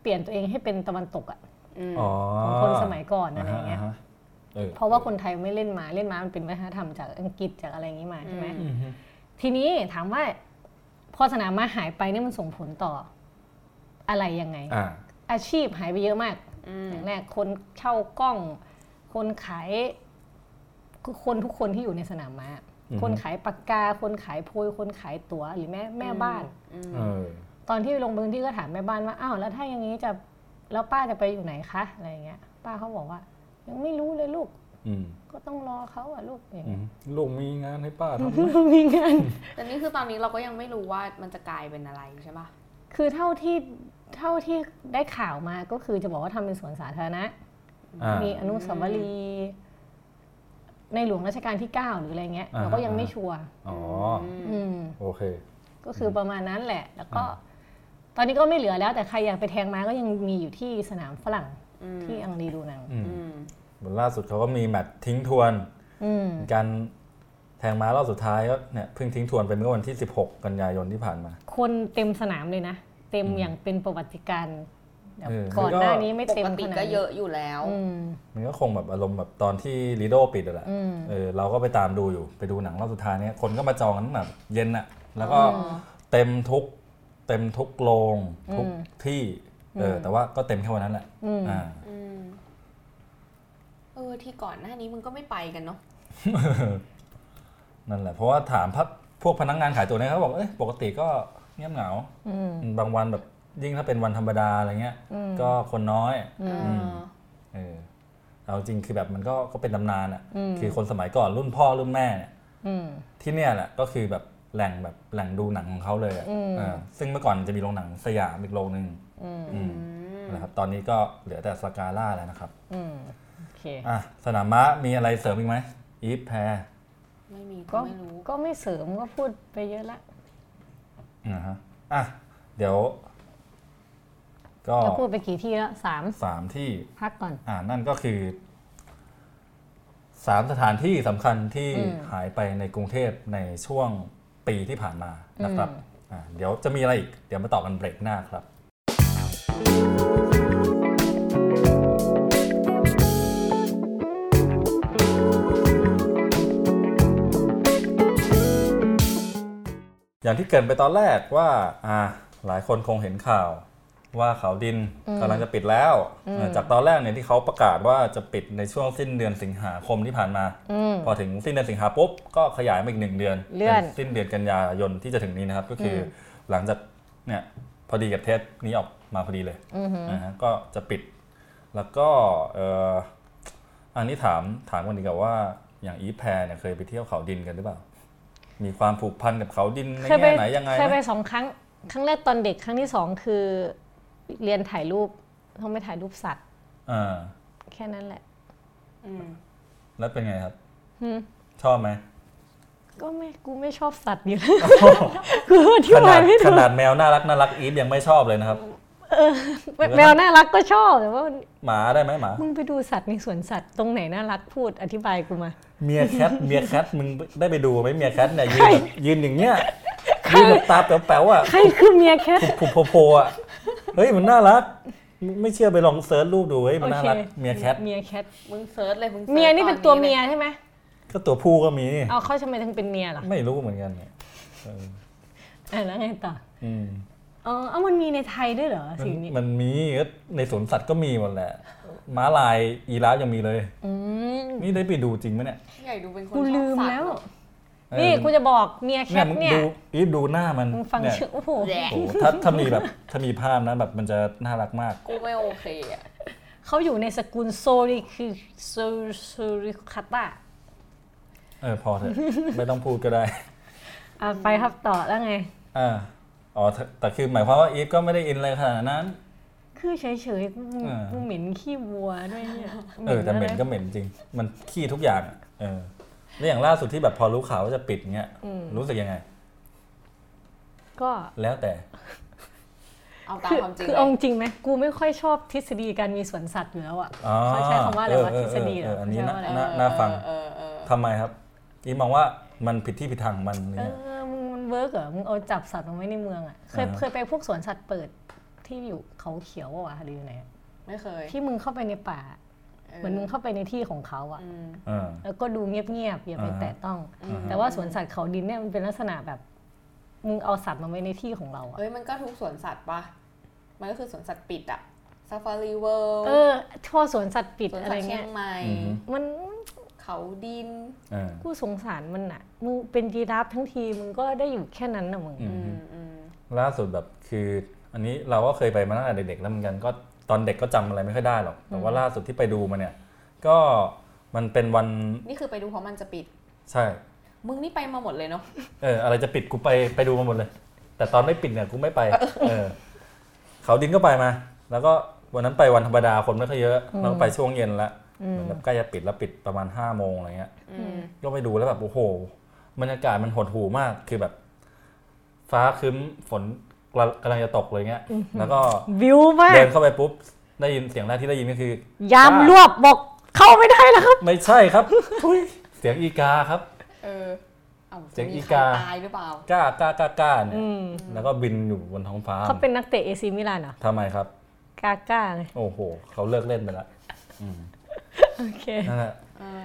S3: เปลี่ยนตัวเองให้เป็นตะวันตกอะ
S2: ม
S1: อ๋อ
S3: ของคนสมัยก่อนอะไรเงี้ย
S1: าฮะเออ
S3: เพราะว่าคนไทยไม่เล่นม้าเล่นม้ามันเป็นวัฒนธรรมจากอังกฤษจากอะไรอย่างนี้มาใช่ไหม
S1: อืมฮึ
S3: ทีนี้ถามว่า พอสนามม้าหายไปเนี่ยมันส่งผลต่ออะไรยังไง
S1: อ่า
S3: อาชีพหายไปเยอะมาก
S2: อืม
S3: อย่างแรกคนเช่ากล้อง คนขายคือคนทุกคนที่อยู่ในสนามม้า
S1: อือฮึ
S3: คนขายปากกา คนขายโพย คนขายตั๋วหรือแม่แม่บ้าน
S2: อืม
S1: เออ
S3: ตอนที่ไปลงพื้นที่ก็ถามแม่บ้านว่าอ้าวแล้วถ้าอย่างนี้จะแล้วป้าจะไปอยู่ไหนคะอะไรอย่างเงี้ย ป้าเขาบอกว่า ยังไม่รู้เลยลูก
S1: อืม
S3: ก็ต้องรอเขาอะลูกอย่าง
S1: อื
S3: เงี้
S1: ม
S3: ย
S1: ลูกมีงานให้ป้าทำ
S3: มีงาน
S2: แต่นี่คือตอนนี้เราก็ยังไม่รู้ว่ามันจะกลายเป็นอะไรใช่ป่ะ
S3: คือเท่าที่เท่าที่ได้ข่าวมาก็คือจะบอกว่าทำเป็นสวนสาธารณะ
S1: อ่ามี
S3: มีอนุสาวรีย์ในหลวงรัชกาลที่ 9 หรืออะไรเงี้ย
S1: อ่า
S3: เราก็ยังไม่ชัวร์
S1: อ๋อ
S2: ม
S3: อืม
S1: โอเค
S3: ก็คือประมาณนั้นแหละ แล้วก็
S1: อ่า
S3: ตอนนี้ก็ไม่เหลือแล้วแต่ใครอยากไปแทงม้าก็ยังมีอยู่ที่สนามฝรั่ง
S2: อืม
S3: ที่อังรีดูนัง
S1: อืม
S2: อืม
S1: เหมือนล่าสุดเขาก็มีแมตช์ทิ้งทวน
S3: อืม
S1: การแทงม้ารอบสุดท้ายก็เนี่ยเพิ่งทิ้งทวนไปเมื่อวันที่ 16 กันยายนที่ผ่านมา
S3: คนเต็มสนามเลยนะ เต็ม
S1: อืม
S3: อย่างเป็นประวัติการณ์แบบ
S1: เออ
S3: ก่อน
S1: คือก็
S3: หน้านี้ไม่
S2: ป
S3: เต็ม
S2: ก
S3: ข
S2: ติ
S3: นา
S2: ก็
S3: ดนั้น
S2: เยอะอยู่แล้ว
S3: อืม
S1: มันก็คงแบบอารมณ์แบบตอนที่ลีโดปิดอะแหละ
S3: อืม
S1: เออเราก็ไปตามดูอยู่ไปดูหนังรอบสุดท้ายเนี่ยคนก็มาจองกันตั้งแบบเย็นอะแล้วก็เต็มทุกเต็มทุกโรงทุกที่เอออแต่ว่าก็เต็มแค่วันนั้นแหละ
S3: อืม
S1: อ่า
S2: อืมเออที่ก่อนหน้านี้มึงก็ไม่ไปกันเนาะ
S1: นั่นแหละเพราะว่าถามพักพวกพนักงานขายตัวเนี่ยเขาบอกเอ้ยปกติก็เงียบเหงา
S3: อืม
S1: บางวันแบบยิ่งถ้าเป็นวันธรรมดาอะไรเงี้ย
S3: อืม
S1: ก็คนน้อย
S2: เออ
S1: เออเอาจริงคือแบบมันก็ก็เป็นตำนานอะ
S3: อืม
S1: คือคนสมัยก่อนรุ่นพ่อรุ่นแม่เนี่ย
S3: อืม
S1: ที่เนี่ยแหละก็คือแบบแหล่งแบบแหล่งดูหนังของเขาเลยอะ
S3: อืม
S1: เออซึ่งเมื่อก่อนมันจะมีโรงหนังสยามอีกโรงหนึ่ง
S3: อืม
S1: อืม
S2: อืม
S1: นะครับตอนนี้ก็เหลือแต่สกาล่าแล้วนะครับ
S3: อืมโอเค
S1: อ่ะสนามม้ามีอะไรเสริมอีกไหมอีฟแพร
S2: ไม่มีก็
S3: ก็
S2: ไม่รู้
S3: ก็ไม่เสริมก็พูดไปเยอะละ
S1: นะฮะอ่ะเดี๋ยว ก็
S3: เราพูดไปกี่ที่แล้วสาม
S1: สามที่
S3: พักก่อน
S1: อ่านั่นก็คือสามสถานที่สำคัญที่
S3: อืม
S1: หายไปในกรุงเทพในช่วงปีที่ผ่านมานะครับ
S3: อืม
S1: อ่าเดี๋ยวจะมีอะไรอีก เดี๋ยวมาต่อกันเบรกหน้าครับ อย่างที่เกรินไปตอนแรกว่าอ่า หลายคนคงเห็นข่าว ว่าเขาดินกำลังจะปิดแล้วเออจากตอนแรกเนี่ยที่เขาประกาศว่าจะปิดในช่วงสิ้นเดือนสิงหาคมที่ผ่านมา
S3: อืม
S1: พอถึงสิ้นเดือนสิงหาปุ๊บก็ขยายมาอีกหนึ่งเดือน
S3: เลื่อน
S1: ป็สิ้นเดือนกันยายนที่จะถึงนี้นะครับ ก็คืออ
S3: ม
S1: หลังจากเนี่ยพอดีกับเทสนี้ออกมาพอดีเลย
S3: อืม
S1: นะฮะก็จะปิด แล้วก็เอ่ออันนี้ถามถามกันดีกว่าว่าอย่างอีฟแพรเนี่ยเคยไปเที่ยวเขาดินกันหรือเปล่า มีความผูกพันกับเขาดินใน
S3: เคยไป
S1: แง่ไหนยังไง
S3: เคยไป
S1: นะ
S3: สองครั้ง ครั้งแรกตอนเด็กครั้งที่สองคือ เรียนถ่ายรูปต้องไปถ่ายรูปสัตว์
S1: อ่า
S3: แค่นั้นแหละ
S2: อืม
S1: แล้วเป็นไงครับ
S3: อืม
S1: ชอบไหม
S3: ก็ไม่กูไม่ชอบสัตว์อยู่แล้ว กูอธิ
S1: ข
S3: บา
S1: นาด
S3: ยไม่
S1: ข
S3: ถูก
S1: นาดแมวน่ารักน่ารักอีฟยังไม่ชอบเลยนะครับ
S3: แมวน่ารักก็ชอบแต่ว่า
S1: หมาได้ไหมหมา
S3: มึงไปดูสัตว์ในสวนสัตว์ตรงไหนน่ารักพูดอธิบายกูมา
S1: เมียแคทเมียแคทมึงได้ไปดูไหมเมียแคทเนี่ยยืนแบบยืนอย่างเงี้ยยืนแบบตาแป๋วๆอ่ะ
S3: ใครคือเมียแคท
S1: ผุบผุบโผล่ๆอ่ะเฮ้ยมันน่ารัก ไม่เชื่อไปลองเซิร์ชรูปดูเฮ้ยมันน่ารัก
S3: โอเค
S1: เมียแคท
S3: เมียแคท
S2: มึงเซิร์ชเลยมึงสิร์ช
S3: เมียนี่เป็นตัวเมียใช่ไหม
S1: ก็ตัวผู้ก็มี
S3: เอาเข้าทำไมถึงเป็นเมียล่ะ
S1: ไม่รู้เหมือนกันเนี่ยเออ
S3: อ่ะแล้วไงต่อ
S1: อืม
S3: อ๋อเอามันมีในไทยด้วยเหรอ
S1: มัน
S3: สิ่งนี้
S1: มันมีก็ในสวนสัตว์ก็มีหมดแหละม้าลายอีราฟยังมีเลย
S3: อืม
S1: นี่ได้ไปดูจริงไหมเนี่ย
S2: พี่ใหญ่ดูเป็นคน
S3: กูลืม
S2: ชอบสัต
S3: แล้ว
S2: เหรอ
S1: เออ
S3: นี่กูจะบอกเมียแค
S1: เนี่ย
S3: ท
S1: มึง
S3: เนี่ย
S1: ดูอีฟดูหน้ามัน
S3: มึงฟัง
S1: เนี่ย
S3: ชื่อโอ้โห
S1: โอ้โหถ้าถ้ามีแบบถ้ามีภาพนะแบบมันจะน่ารักมาก
S2: กูไม่โอเคอะ
S3: เขาอยู่ในสกุลโซริคือโซโซริคาตะ
S1: เออพอเถอะ ไม่ต้องพูดก็ได้
S3: อ่ะไปครับต่อแล้วไง
S1: อ่าอ๋อแต่แต่คือหมายความว่าอีฟก็ไม่ได้อินอะไรขนาดนั้น
S3: คือเฉยๆกู
S1: อ่ากู
S3: เหม็นขี้วัวด้วยเนี่ย
S1: เออแต่เหม็นก็เหม็นจริง มันขี้ทุกอย่างอะเออแล้วอย่างล่าสุดที่แบบพอรู้ข่าวว่าจะปิดเงี้ยรู้สึกยังไง
S3: ก็
S1: แล้วแต่
S2: เอาตาม
S3: คือ
S2: ความจริง
S3: คือ
S2: เล
S3: เอาจ
S2: ย
S3: ริงไหมกูไม่ค่อยชอบทฤษฎีการมีสวนสัตว์อยู่แล้วอ่ะ
S1: อ๋อ
S3: เขาใช้คำว่าอะไรวะ
S1: เออเออ
S3: ทฤษฎีเหร
S1: เออเอออันนี้นะ
S3: เขาใช้ว่าอะไร
S1: น่า
S2: เออ
S1: น่าฟัง
S2: เออเออเออ
S1: ทำไมครับ อีฟมองว่ามันผิดที่ผิดทางของมัน
S3: เอ
S1: เนี่ย
S3: อมึงมันเวิร์กเหรอมึงเอาจับสัตว์มาไว้ในเมืองอ่ะเคย
S1: อ่าฮะ
S3: เคยไปพวกสวนสัตว์เปิดที่อยู่เขาเขียวอะวะหรืออยู่ไหนอะ
S2: ไม่เคย
S3: ที่มึงเข้าไปในป่า เหมือนมึงเข้าไปในที่ของเขาอ่ะ
S2: อืม
S1: เออ
S3: แล้วก็ดูเงียบๆอย่าไป
S1: อ่าฮะ
S3: แตะต้อง แต่ว่าสวนสัตว์เขาดินเนี่ยมันเป็นลักษณะแบบ มึงเอาสัตว์มาไว้ในที่ของเราอ่ะ
S2: เอ้ยมันก็ทุกสวนสัตว์ปะมันก็คือสวนสัตว์ปิดอะซาฟารีเวิล
S3: เอ
S2: ด์
S3: อทั่วสวนสัตว์ปิด
S2: สวน
S3: อะไร
S2: สัตว์เชีย
S3: เงี้ย
S2: งใหม่
S1: อือฮึ
S3: มัน
S2: เขาดิน
S1: เออ
S3: กูสงสารมันอะมึงเป็นยีราฟทั้งทีมึงก็ได้อยู่แค่นั้นนะมึง
S1: อืม
S2: อืมอืม
S1: ล่าสุดแบบคือ อันนี้เราก็เคยไปมาตั้งแต่เด็กๆแล้วเหมือนกันก็ตอนเด็กก็จำอะไรไม่ค่อยได้หรอกแต่ว่าล่าสุดที่ไปดูมาเนี่ย ก็มันเป็นวัน
S2: นี่คือไปดูเพราะมันจะปิด
S1: ใช่
S2: มึงนี่ไปมาหมดเลยเนาะ
S1: เอออะไรจะปิดกูไปไปดูมาหมดเลย แต่ตอนไม่ปิดเนี่ยกูไม่ไป เออ เขาดินก็ไปมา แล้วก็วันนั้นไปวันธรรมดาคนไม่ค่อยเยอะเราก็ไปช่วงเย็นละเหมือนแบบใกล้จะปิดแล้วปิดประมาณห้าโมงอะไรเงี้ยก็ไปดูแล้วแบบโอ้โหบรรยากาศมันหดหู่มากคือแบบ ฟ้าครึ้มฝนกระกำลังจะตกเลยเงี้ย แล้วก็
S3: วิวมา
S1: เดิ
S3: ก
S1: นเข้าไปปุ๊บได้ยินเสียงแรกที่ได้ยินก็คือย
S3: ามรวบบอกเข้าไม่ได้แล้วครับ
S1: ไม่ใช่ครับทุยเสียงอีกาครับ
S2: เออเอา
S1: เสี
S2: จะ
S1: ยง
S2: มี
S1: อี
S2: ใคร
S1: กา
S2: ตายหรือเปล่า
S1: ก้าก้าก้าก้าเนี่ยแล้วก็บินอยู่บนท้องฟ้า
S3: เขาเป็นนักเตะเอซีมิลานเหรอ
S1: ทำไมครับ
S3: กาก้าไง
S1: โอ้โห เขาเลิกเล่นไปแล้ว
S3: โอเค
S1: นั่นแหละ
S2: เออ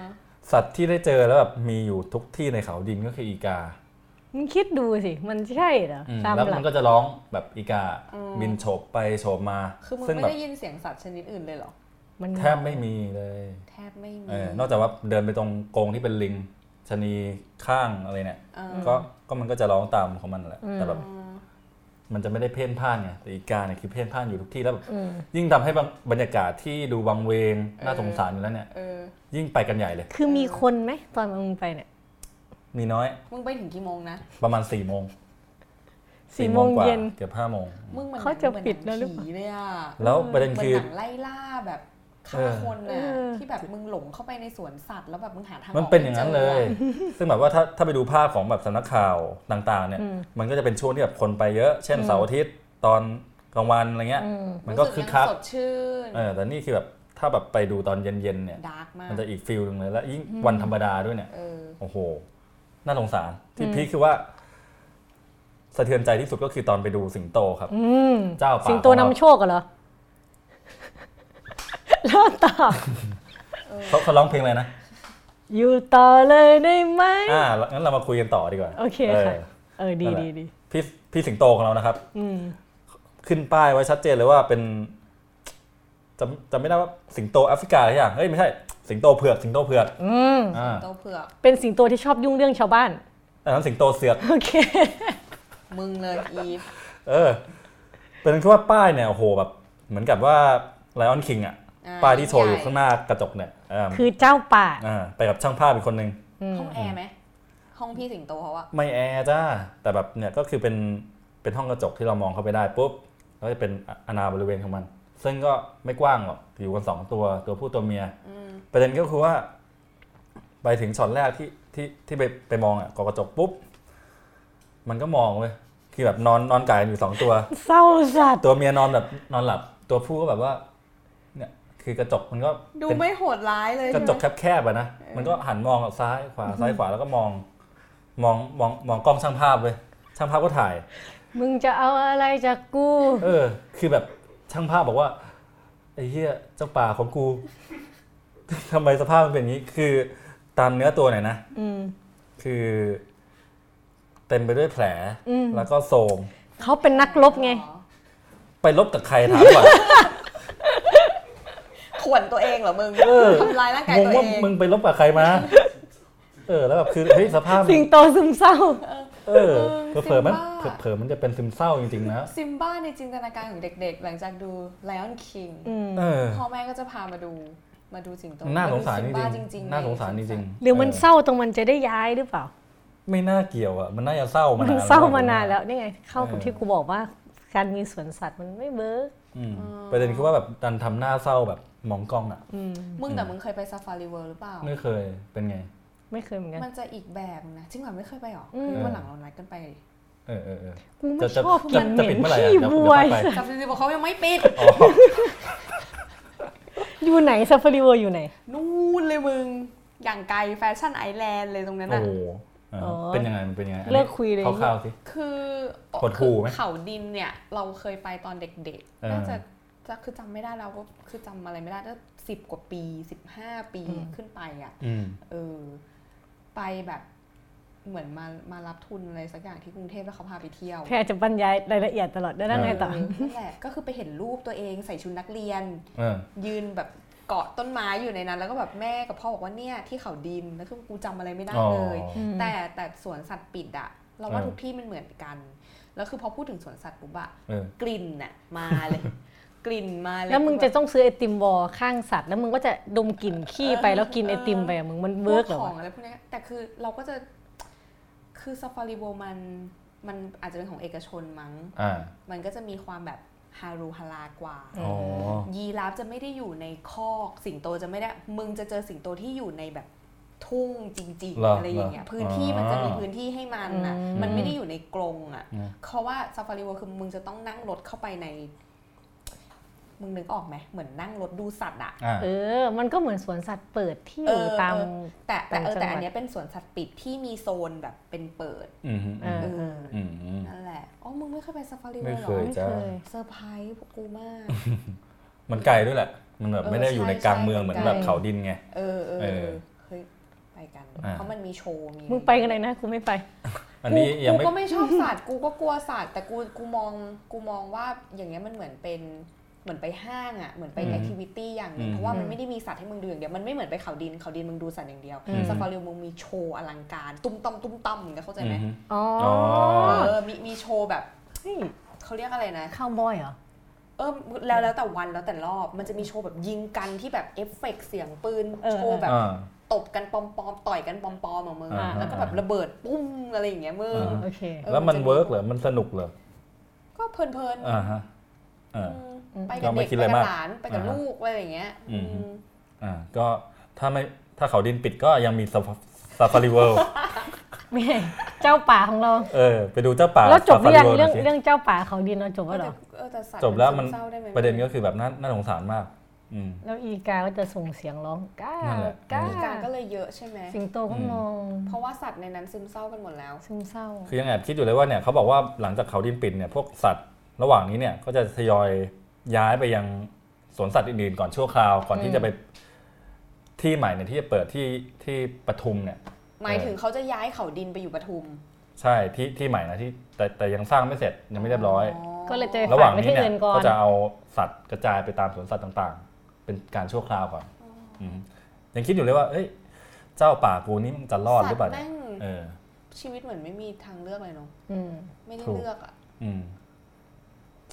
S1: สัตว์ที่ได้เจอแล้วแบบมีอยู่ทุกที่ในเขาดินก็คืออีกา
S3: มึงคิดดูสิ มันใช่เหรอ
S1: อืม
S3: ตาม
S1: แล้ว
S3: หลั
S1: มั
S3: ก
S1: นก็จะร้องแบบอีกา
S2: อืม
S1: บินโฉบไปโฉบมา
S2: คือมึง
S1: ซึ่ง
S2: ไม่
S1: แบบ
S2: ได้ยินเสียงสัตว์ชนิดอื่นเลยเหรอ
S3: มัน
S1: แทบไม่มีเลย
S2: แทบไม่มี
S1: เออนอกจากว่าเดินไปตรงกรงที่เป็นลิงชะนีข้างอะไรเนี่ย
S2: เออ
S1: ก็ก็มันก็จะร้องตามของมันแหละแต่แบบ มันจะไม่ได้เพ่นพ่านไงแต่อีกาเนี่ยคือเพ่นพ่านอยู่ทุกที่แล้วแบบยิ่งทำให้บรรบรรยากาศที่ดูวังเวงน่าสงสารอยู่แล้วเนี่ย
S2: เออ
S1: ยิ่งไปกันใหญ่เลย
S3: คือมีคนไหมตอนมึงไปเนี่ย
S1: มีน้อย
S2: มึงไปถึงกี่โมงนะ
S1: ประมาณ4ี่โมง
S3: สี่โมง
S1: กว่า
S3: เย็น
S1: เกือบห้าโมง
S2: มึงมัน
S3: เขาจะ
S2: หมือน
S3: ปิดแล้วหรือเปล่า
S2: ผีเลยอะ
S1: แล้วประเด็น
S2: เหมือน
S1: คือ
S2: หนังไล่ล่าแบบฆ่า
S1: เออ
S2: คนน่ะ
S3: เออ
S2: ที่แบบมึงหลงเข้าไปในสวนสัตว์แล้วแบบมึงหาทาง
S1: มัน
S2: ก
S1: เป็นอย่างนั้น
S2: ไม่
S1: เล
S2: จอะ
S1: ย ซึ่งแบบว่าถ้าถ้าไปดูภาพของแบบสำนักข่าวต่างๆ เนี่ย มันก็จะเป็นช่วงที่แบบคนไปเยอะ เช่นเสาร์อาทิตย์ตอนกลางวันอะไรเงี้ย มันก็คึกคัก
S2: รู้สึยังสดชื่น
S1: เออแต่นี่คือแบบถ้าแบบไปดูตอนเย็นๆเนี่ย
S2: ดาร์กมาก
S1: มันจะอีกฟิลหนึ่งเลยแล้วยิ่งวันธรรมดาด้วยเนี่ย
S2: เออ
S1: โอ้โห น่าสงสาร ที่พีคคือว่าสะเทือนใจที่สุดก็คือตอนไปดูสิงโตครับ
S3: อืม
S1: เจ้าป่า
S3: สิงโต
S1: ของเรา
S3: นำโชคเหรอ แล้วต่อ
S1: เขาเขาร้องเพลงอะไรนะ
S3: อยู่ต่อเลยได้ไหม
S1: อ่า งั้นเรามาคุยกันต่อดีกว่า
S3: โอเค
S1: ออ
S3: ค่ะ เออดี
S1: นั่นแห
S3: ดี
S1: ละ
S3: ดี
S1: พี่พี่สิงโตของเรานะครับ
S3: อืม
S1: ขึ้นป้ายไว้ชัดเจนเลยว่าเป็นจำจำไม่ได้ว่าสิงโตแอฟริกาอะไรอย่างเฮ้ยไม่ใช่สิงโตเผือกสิงโตเผือก
S3: อืม
S1: อ่า
S2: เต้าเผือก
S3: เป็นสิงโตที่ชอบยุ่งเรื่องชาวบ้าน
S1: อันนั้นสิงโตเสือก
S3: โอเค
S2: มึงเลยอีฟ
S1: เออ เป็นแค่ว่าป้ายเนี่ยโอ้โหแบบ เหมือนกับว่าไลออนคิงอ่ะ
S2: อ่
S1: ป้ายที่โชว์อยู่ข้างหน้ากระจกเนี่ยอ่า
S3: คือเจ้าป่า
S1: อ่าไปกับช่างภาพอีกคนนึง
S2: ห้องแอร์ไหมห้องพี่สิงโตเขาอะ
S1: ไม่แอร์จ้า แต่แบบเนี่ยก็คือเป็นเป็นห้องกระจกที่เรามองเข้าไปได้ปุ๊บแล้วจะเป็นอนาบริเวณของมัน ซึ่งก็ไม่กว้างหรอกอยู่กันสองตัวตัวผู้ตัวเมีย ประเด็นก็คือว่า ไปถึงช็อตแรกที่ที่ที่ไปไปมองอ่ะกอกระจกปุ๊บ มันก็มองเว้ยคือแบบนอนนอนไก่อยู่สองตัว
S3: เศร้าสัตว์
S1: ตัวเมียนอนแบบนอนหลับ ตัวผู้ก็แบบว่า เนี่ยคือกระจกมันก็
S2: ดู
S1: เป็น
S2: ไม่โหดร้ายเลย
S1: กระ
S2: ใช่ไหม
S1: จกแคบๆอะนะ มันก็หันมองซ้ายขวาซ้ายขวาแล้วก็มอง มองมองมองกล้องช่างภาพเลยช่างภาพก็ถ่าย
S3: มึงจะเอาอะไรจากกู
S1: เออ คือแบบช่างภาพบอกว่าไอ้เหี้ยเจ้าป่าของกู ทำไมสภาพมันเป็นอย่างนี้ คือตามเนื้อตัวหน่อยนะ
S3: อืม
S1: คือ เต็มไปด้วยแผล
S3: อืม
S1: แล้วก็โสม
S3: เขาเป็นนักรบไง
S2: อ๋อ
S1: ไปลบกับใครถามก่อน
S2: ข่วนตัวเองเหรอมึง
S1: เออ
S2: ทำร้ายร่างกาย
S1: งง
S2: ตัว
S1: ว่า
S2: เอง
S1: มึงไปลบกับใครมา เออ แล้วแบบคือเฮ้ยสภาพมั
S3: สิง
S1: น
S3: โตซึมเศร้า
S1: เออเผลอๆมันเผลอๆมันจะเป็นซึมเศร้าจริงๆนะ
S2: ซิมบ้าในจินตนาการของเด็กๆ หลังจากดู Lion King
S3: อืม
S1: เออ
S2: พ่อแม่ก็จะพามาดูมาดูสิงโต
S1: น่าสงสารจ
S2: มดูซิมบ้
S1: ริง
S2: ๆ
S1: ๆน่าสงสารจริง
S3: หรือมันเศร้าตรงมันจะได้ย้ายหรือเปล่า
S1: ๆไม่น่าเกี่ยวอ่ะ มันน่าจะเศร้ามา
S3: มัน
S1: นาน
S3: เศร้ามานานแล้วนี่ไง เข้ากับ
S1: เออ
S3: ที่กูบอกว่าการมีสวนสัตว์มันไม่เบิร์ก
S1: อืมประเด็นคือว่าแบบดันทำหน้าเศร้าแบบมองกล้องอ่ะ
S3: อืม
S2: มึงแต่มึงเคยไปซาฟารีเวิร์หรือเปล่า
S1: ไม่เคยเป็นไง
S3: ไม่เคยเหมือนกัน
S2: มันจะอีกแบบนะจริงเหรอไม่เคยไปหรอ
S3: อืม
S2: วันหลังเรานัดกันไปดิ
S1: เออเออเออ
S3: กูไม่
S1: จะจะ
S3: ชอบกลิ่นเห
S1: จะ
S3: ม็
S1: ปิด
S3: น
S1: เมื่อไหร่อะ
S3: ขี้
S1: เดี๋ยว
S3: บั
S1: เดี๋ยว
S3: ว
S1: ค่อยไป
S2: ซาฟารีบอกเขายังไม่ ปิด
S1: อ๋อ
S3: อยู่ไหนซาฟารีเวิร์อยู่ไหน
S2: นู่นเลยมึง อย่างไกลแฟชั่นไอแลนด์เลยตรงนั้น
S1: โอ้
S2: อ่ะ
S1: โหเออ
S3: อ๋อ
S1: เป็นยังไงมันเป็นยังไงอันนี้
S3: เลิกคุยเลย
S1: คร่าวๆสิ
S2: คือ
S1: หดหู่ไหม
S2: คือเขาดินเนี่ย เราเคยไปตอนเด็ก
S1: เออ
S2: ๆ น่าจะจะคือจำไม่ได้แล้วว่าคือจำอะไรไม่ได้ก็สิบกว่าปีสิบห้าปีขึ้นไปอ่ะ
S1: อืม
S2: เออ ไปแบบเหมือนมามารับทุนอะไรสักอย่างที่กรุงเทพแล้วเขาพาไปเที่ยว
S3: แพรจะบรรยายรายละเอียดตลอดได้แล้วไงต่อ
S2: เออนั่นแหละ ก็คือไปเห็นรูปตัวเองใส่ชุดนักเรียน
S1: เออ
S2: ยืนแบบเกาะต้นไม้อยู่ในนั้น แล้วก็แบบแม่กับพ่อบอกว่าเนี่ยที่เขาดินแล้วคือกูจำอะไรไม่ได้เลย
S1: อ๋อ
S2: แต่แต่สวนสัตว์ปิดอะเราว่า
S1: เออ
S2: ทุกที่มันเหมือนกัน แล้วคือพอพูดถึงสวนสัตว์ปุ๊บอะ
S1: เออก
S2: ลิ่นอะมาเลย กลิ่นมาเลย
S3: แล้วมึงจะ
S2: บบ
S3: ต้องซื้อไอติมบอลข้างสัตว์ แล้วมึงก็จะดมกลิ่นขี้ไปแล้วกินไอติมไปอะมึงมันเบิร์ก
S2: พ
S3: เหร
S2: ว
S3: อ
S2: ขอ
S3: วะ
S2: งอะไรพวกเนี้ยแต่คือเราก็จะคือซาฟารีโวมันมันอาจจะเป็นของเอกชนมั้ง
S1: อ่า
S2: มันก็จะมีความแบบฮารูฮารากว่า
S1: อ๋อ
S2: ยีราฟจะไม่ได้อยู่ในคอกสิงโตจะไม่ได้ มึงจะเจอสิงโตที่อยู่ในแบบทุ่งจริง
S1: เหรอ
S2: ๆอะไรอย่างเงี้ย
S1: เหรอ
S2: พื้นที่มันจะมี
S1: อ๋อ
S2: พื้นที่ให้มันอ่ะมันไม่ได้อยู่ในกรงอ่ะ
S1: อืม
S2: เพราะว่าซาฟารีเวิลด์คือมึงจะต้องนั่งรถเข้าไปใน มึงนึกออกไหมเหมือนนั่งรถดูสัตว์อ่ะ
S1: อ่า
S3: เออ มันก็เหมือนสวนสัตว์เปิดที่อยู่
S2: เออ
S3: ตาม
S2: เออ แต่แต่เออแต่
S3: ต่างจังหวัด
S2: อันเนี้ยเป็นสวนสัตว์ปิดที่มีโซนแบบเป็นเปิด
S1: อืมอืม
S3: เออ
S2: เออ
S1: อืม
S2: นั่นแหละอ๋อมึงไม่เคยไปซาฟารีเวิ
S1: ไม่
S2: ลด์เหร
S1: เคย
S2: อ
S3: ไม่
S1: จ้า
S3: เคย
S2: เซอร์ไพรส์พวกกูมาก
S1: มันไกลด้วยแหละ มันแบบ
S2: เออ
S1: ไม่ได้อยู่ใน
S2: ใช่
S1: กลางเมืองเหมือนแบบ
S2: ใช่
S1: เขาดินไง
S2: เออเออ
S1: เออ
S2: เฮ้ยไปกัน
S1: อ่า
S2: เพราะมันมีโชว์มี
S3: มึงไปกันเลยนะกูไม่ไป
S1: อันนี้
S2: กู
S1: ยัง
S2: กู
S1: ไม่
S2: ก็ไม่ชอบสัตว์กูก็กลัวสัตว์แต่กูกูมองกูมองว่าอย่างเงี้ยมันเหมือนเป็นเหมือนไปห้างอ่ะเหมือนไปแอคทิวิตี้อย่างหนึงเพราะว่ามันไม่ได้มีสัตว์ให้มึงดูอย่างเดียวมันไม่เหมือนไปเขาดินเขาดินมึงดูสัตว์อย่างเดียวซาฟารีมึงมีโชว์อลังการ ตุ้มต้อมตุ้มต้อมอย่างเงี้ยเข้าใจ
S1: อื
S2: ไหม
S1: มฮึ
S3: อ๋อ
S1: อ๋อ
S2: เออมีมีโชว์แบบ
S3: เฮ้ย
S2: เขาเรียกอะไรนะ
S3: ข้าวบอยเหรอ
S2: เออแล้วแล้วแต่วันแล้วแต่รอบมันจะมีโชว์แบบยิงกันที่แบบเอฟเฟกต์เสียงปืน
S3: เออ
S2: โชว์แบบ
S1: อ่า
S2: ตบกันปอมปอมๆต่อยกันปอมปอมๆอะมึง
S1: อ่า
S2: แล้วก็แบบระเบิดปุ้มอะไรอย่างเงี้ยมึง
S1: อ่า
S3: โอเค
S2: ออ
S1: แล้วมัน
S2: มันจะ
S1: เวิร์กเหรอ มันสนุกเหรอ
S2: ก็เพลินเพลินๆ
S1: อ่าฮะอ่า
S2: อืมไปกับ
S1: ก็ไม่
S2: เด็ก
S1: คิด
S2: ไป
S1: อะไร
S2: กับ
S1: มาก
S2: หลานไปกับ
S1: อ่าฮะ
S2: ลูกอะไรอย่างเงี้ย
S1: อืม
S2: อืม
S1: อ่าก็ถ้าไม่ถ้าเขาดินปิดก็ยังมีซาฟารีเวิลด์
S3: ไม่เจ้าป่าของเรา
S1: เออ ไปดูเจ้าป่า
S3: แล้วจบหรือยัง
S1: Safari World
S3: เรื่อง
S1: หน่ยสิ
S3: เรื่องเจ้าป่าเขาดินเราจบ
S2: เอ
S3: แล้
S2: อ
S3: วเหร
S2: แต่
S3: อ
S2: เออแต่สัตว์
S1: จบแล้วมัน
S2: เศร้าได้ไหม
S1: ประเด็นก็คือแบบน่าน่าสงสารมาก อืม
S3: แล้วอีกาก็จะส่งเสียงร้องก้า
S1: นั่นแหละ
S3: ก้า
S2: มีการก็เลยเยอะใช่ไหม
S3: สิงโตก็มอง
S2: เพราะว่าสัตว์ในนั้นซึมเศร้ากันหมดแล้ว
S3: ซึมเศร้า
S1: คือยังแอบคิดอยู่เลยว่าเนี่ยเขาบอกว่าหลังจากเขาดินปิดเนี่ยพวกสัตว์ระหว่างนี้เนี่ยก็จะทยอยย้ายไปยังสวนสัตว์อื่นๆก่อนชั่วคราวก่อนที่จะไปที่ใหม่เนี่ยที่จะเปิดที่ที่ปทุมเนี่ย
S2: หมายถึงเขาจะย้ายเขาดินไปอยู่ปทุม
S1: ใช่ที่ที่ใหม่นะที่แต่แต่ยังสร้างไม่เสร็จยังไม่เรียบร้อย
S3: ก็เลยเจอ
S1: ระหว่างนี้
S3: ฝากไว้ที่
S1: เนี่ย
S3: อื่นก่อน
S1: ก็จะเอาสัตว์กระจายไปตามสวนสัตว์ต่างๆ เป็นการชั่วคราวก่อนมยังคิดอยู่เลยว่า เอ้ย เจ้าป่ากูนี่มันจะรอดหรือเปล่า
S2: สัตว์
S1: เนี่ย
S2: แม่ง
S1: เออ
S2: ชีวิตเหมือนไม่มีทางเลือกเลยเนาะ
S3: อืม
S2: ไม่ได้
S1: ถูก
S2: เลือกอะ
S1: อืม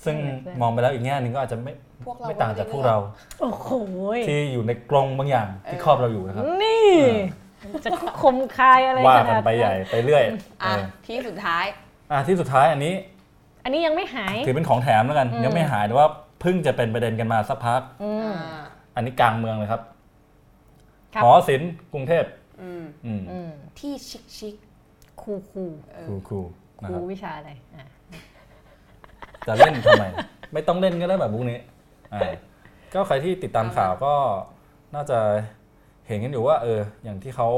S1: ซึ่ง
S3: นั่นแหละ
S1: มองไปแล้วอีกแง่หนึ่งก็อาจจะไม่
S2: พวกเรา
S1: ไม่ต่างจาก
S2: ก็
S1: พว
S2: ไม่
S1: ก
S2: ได้
S1: เรา
S3: โอ้โหย
S1: ที่อยู่ในกรงบางอย่างที่ครอบเราอยู่นะครับ
S3: นี่ จะคมคายอะไร
S1: ว่า
S3: ข
S1: กัน
S3: นาด
S1: ไปใหญ่ไปเรื่อย
S2: อ่ะ
S1: เออ
S2: ที่สุดท้าย
S1: อ่ะที่สุดท้ายอันนี้
S3: อันนี้ยังไม่หาย
S1: ถือเป็นของแถมแล้วกันยังไม่หายแต่ว่าเพิ่งจะเป็นประเด็นกันมาสักพัก
S3: อืม
S2: อ่า
S1: อันนี้กลางเมืองเลยครับ
S3: ครับ
S1: หอศิลป์กรุงเทพ
S2: อืม
S1: อืม
S3: อืม
S2: ที่ชิคชิค
S3: ครูครู
S2: ๆเอ
S1: ครู
S2: อ
S1: ครู
S3: ค
S1: นะค
S3: รู
S1: รับ
S3: วิชาอะไรอ่ะ
S1: จะเล่นทำไม ไม่ต้องเล่นก็ได้แบบพวกนี้อ่าก็ใครที่ติดตามข่าวก็น่าจะเห็นกันอยู่ว่า เออ อย่างที่เขา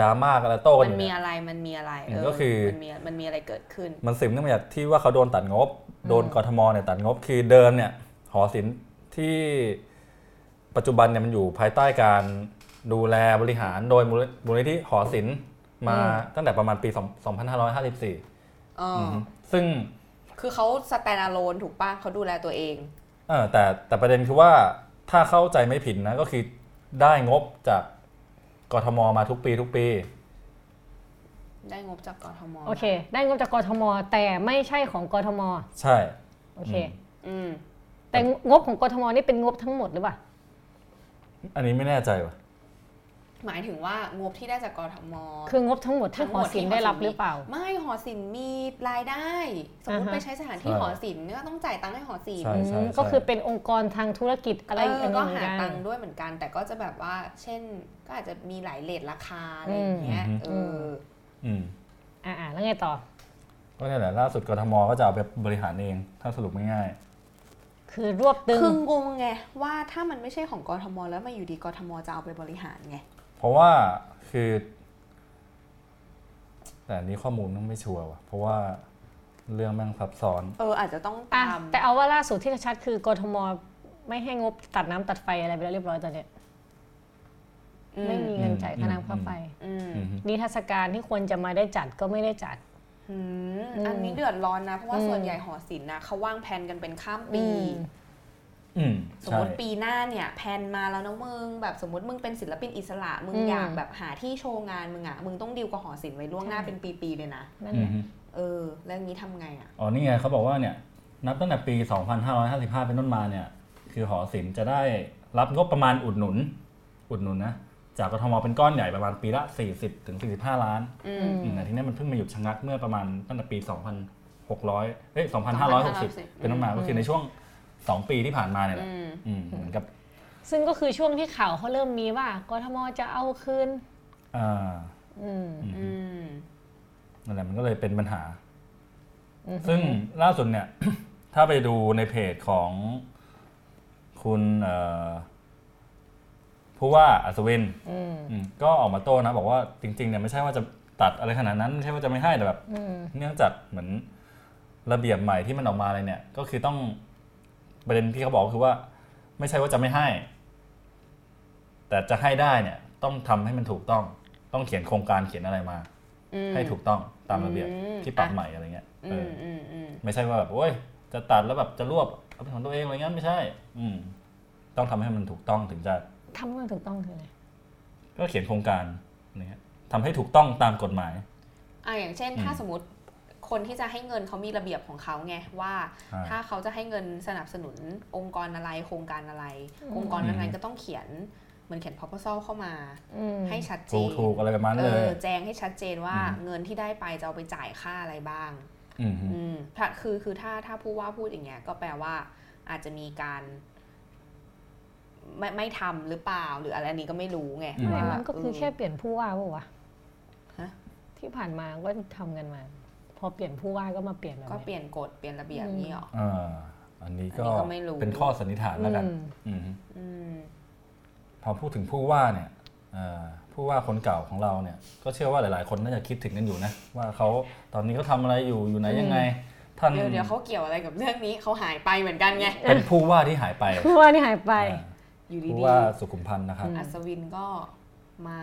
S1: ดราม่ากันแล้วโต้กันอน
S2: มั
S1: ยู่
S2: มี
S1: เนี่ย
S2: อะไรมันมีอะไร
S1: อืม
S2: เออ
S1: ก็คือ
S2: มันมีมันมีอะไรเกิดขึ้น
S1: มันสืบเนื่องมาจากที่ว่าเขาโดนตัดงบ โดนกทมเนี่ยตัดงบ คือเดิมเนี่ย หอศิลป์ที่ปัจจุบันเนี่ยมันอยู่ภายใต้การดูแลบริหารโดยมูลมูลนิธิหอศิลป์มาตั้งแต่ประมาณปี 2554
S2: อ๋ออ
S1: ซึ่ง
S2: คือเขาสแตนอะโลนถูกป่ะเขาดูแลตัวเอง
S1: เออแต่แต่ประเด็นคือว่าถ้าเข้าใจไม่ผิดนะ ก็คือได้งบจากกทมมาทุกปีทุกปี
S2: ได้งบจากกทม
S3: โอเค ได้งบจากกทม แต่ไม่ใช่ของกทม
S1: ใช่
S3: โอเค
S2: อืม
S3: แต่งบของกทมนี่เป็นงบทั้งหมดหรือเปล่า
S1: อันนี้ไม่แน่ใจว่ะ
S2: หมายถึงว่างบที่ได้จากกทม
S3: คืองบทั้งหมดที่หอศิลป์ได้รับหรือเปล่า
S2: ไม่หอศิลป์มีรายได้ สมมติ
S3: อ่าฮะ
S2: ไปใช้สถานที่
S1: ใช่
S2: หอศิลป์เนี่ยก็ต้องจ่ายตังค์ให้หอศิล
S1: ใช่
S2: ป์
S3: อืมก็คือเป็นองค์กรทางธุรกิจอะไร
S2: เอ
S3: อั
S2: อน ก็
S3: นี้เหมือ
S2: หาน
S3: กั
S2: ตั
S3: น
S2: งค์ด้วยเหมือนกัน แต่ก็จะแบบว่า เช่น ก็อาจจะมีหลายเลทราคาอะไรอย่างเงี้ย
S1: อืม
S2: เอออ
S1: อืม
S3: อ่าแล้วไงต่อ
S1: ก็เนี่ยแหละล่าสุดกทมก็จะเอาไปบริหารเอง ถ้าสรุปง่าย
S3: คือรวบตึง
S2: คืองงไงว่าถ้ามันไม่ใช่ของกทม แล้วมาอยู่ดีกทมจะเอาไปบริหารไง
S1: ๆเพราะว่าคือ แต่อันนี้ข้อมูลมันไม่ชัวร์ว่ะ เพราะว่าเรื่องแม่งซับซ้อน
S2: เอออาจจะต้อง
S3: อ่ะ
S2: ตาม
S3: แต่เอาว่าล่าสุดที่ชัดคือกทม ไม่ให้งบตัดน้ำตัดไฟอะไรไปแล้วเรียบร้อยตอนเนี้ย
S2: อื
S3: ไม่มีเงินจ่ายค่าน้ำค่าไฟ
S2: อืม
S1: อืม
S3: นิทรรศการที่ควรจะมาได้จัดก็ไม่ได้จัด
S2: อืมอันนี้เดือดร้อนนะเพราะว่า
S3: อืม
S2: ส่วนใหญ่หอศิลป์นะเขาวางแผนกันเป็นข้ามปี
S3: อืม
S1: อืม
S2: สม
S1: ใช่
S2: มติปีหน้าเนี่ยแพลนมาแล้วนะมึงแบบสมมติมึงเป็นศิลปินอิสระ มึง
S3: อืม
S2: อยากแบบหาที่โชว์งานมึงอะมึงต้องดีลกับหอศิลป์ไว้ล่วงหน้าเป็นปีๆเลยนะ
S3: นั่น
S1: อืม
S3: แหละ
S1: ฮึ
S2: เออแล้วอย่างนี้ทำไงอะ
S1: อ๋อนี่ไงเขาบอกว่าเนี่ย นับตั้งแต่ปี 2555 เป็นต้นมาเนี่ย คือหอศิลป์จะได้รับงบประมาณอุดหนุน อุดหนุนนะ จากกทมเป็นก้อนใหญ่ประมาณปีละ 40ถึง45 ล้าน
S2: อืม
S1: อืมแต่ทีเนี้ยมันเพิ่งมาหยุดชะงักเมื่อประมาณตั้งแต่ปี 2600เอ้ย2560 เป็นต้นมาก็คือในช่วง 2 ปีที่ผ่านมาเนี่ยแหละ
S2: อืม
S1: อืมเหมือนกับ
S3: ซึ่งก็คือช่วงที่ข่าวเขาเริ่มมีว่ากทมจะเอาคืน
S1: อ่า
S3: อืม
S1: อืม
S2: อืม
S1: นั่นแหละมันก็เลยเป็นปัญหา
S3: อือฮึ
S1: ซึ่งล่าสุดเนี่ย ถ้าไปดูในเพจของคุณเอ่อผู้ว่าอัศวิน
S3: อืม
S1: อืมก็ออกมาโต้นะ บอกว่าจริงๆเนี่ยไม่ใช่ว่าจะตัดอะไรขนาดนั้น ไม่ใช่ว่าจะไม่ให้แต่แบบ
S3: อืม
S1: เนื่องจากเหมือนระเบียบใหม่ที่มันออกมาอะไรเนี่ย ก็คือต้องประเด็นที่เขาบอกคือว่า ไม่ใช่ว่าจะไม่ให้ แต่จะให้ได้เนี่ย ต้องทำให้มันถูกต้อง ต้องเขียนโครงการเขียนอะไรมา
S2: อืม
S1: ให้ถูกต้องตามระเบียบ
S2: อืม
S1: ที่ปรับใหม่อะไรเงี้ย
S2: อื
S1: เอ
S2: ม
S1: อ
S2: อืมอืม
S1: ไม่ใช่ว่าแบบโอ้ยจะตัดแล้วแบบจะรวบเอาเป็นของตัวเองอะไรเงี้ยไม่ใช่ อืมต้องทำให้มันถูกต้องถึงจะ
S3: ทำให้มันถูกต้องคืออะไร
S1: ก็เขียนโครงการอะไรเงี้ยทำให้ถูกต้องตามกฎหมาย
S2: อ่ะอย่างเช่น
S1: อืม
S2: ถ้าสมมติคนที่จะให้เงินเขามีระเบียบของเขาไงว่า
S1: ใช่
S2: ถ้าเขาจะให้เงินสนับสนุนองค์กรอะไรโครงการอะไร องค์กรนั้นๆก็ต้องเขียนเหมือนเขียน proposal เข้ามา
S3: อืม
S2: ให้ชัดเจ
S1: ถูก
S2: น
S1: ถูกอะไรประมาณนั้น
S2: เอ
S1: เลย
S2: อแจ้งให้ชัดเจนว่า
S1: อืม
S2: เงินที่ได้ไปจะเอาไปจ่ายค่าอะไรบ้าง
S1: อืมฮึ
S2: อืมถ้าคือคือถ้าถ้าผู้ว่าพูดอย่างเงี้ยก็แปลว่า อาจจะมีการ ไม่ไม่ทำหรือเปล่า หรืออะไรอันนี้ก็ไม่รู้ไง
S3: ไม่
S2: ว่า
S3: มันก็คือ
S2: เ
S3: แค่เปลี่ยนผู้ว่าปะวะ
S2: ฮะ
S3: ที่ผ่านมาก็ทำกันมา พอเปลี่ยนผู้ว่าก็มาเปลี่ยนแบบ
S2: ก็
S3: นี้
S2: เปลี่ยนกฎเปลี่ยนระเบียบ
S3: อืม
S2: นี่หรอ
S1: อ่าอันนี้ก็
S2: อันนี้ก็ไม่รู้
S1: เป็นข้อสันนิษฐานแล้วกัน
S3: อืม
S1: อืมฮึ
S2: อืม
S1: พอพูดถึงผู้ว่าเนี่ยเอ่อผู้ว่าคนเก่าของเราเนี่ย ก็เชื่อว่าหลาย ๆ คนน่าจะคิดถึงกันอยู่นะว่าเขาตอนนี้เขาทำอะไรอยู่อยู่ไหนยังไง ท่าน
S2: เดี๋ยวเดี๋ยวเขาเกี่ยวอะไรกับเรื่องนี้เขาหายไปเหมือนกันไง
S1: เป็นผู้ว่าที่หายไป
S3: ผู้ว่านี่หายไป
S1: อ่า
S2: อยู่
S1: ผู้
S2: ดี
S1: ว่าสุขุมพันธ์นะครับ
S2: ๆอัศวินก็มา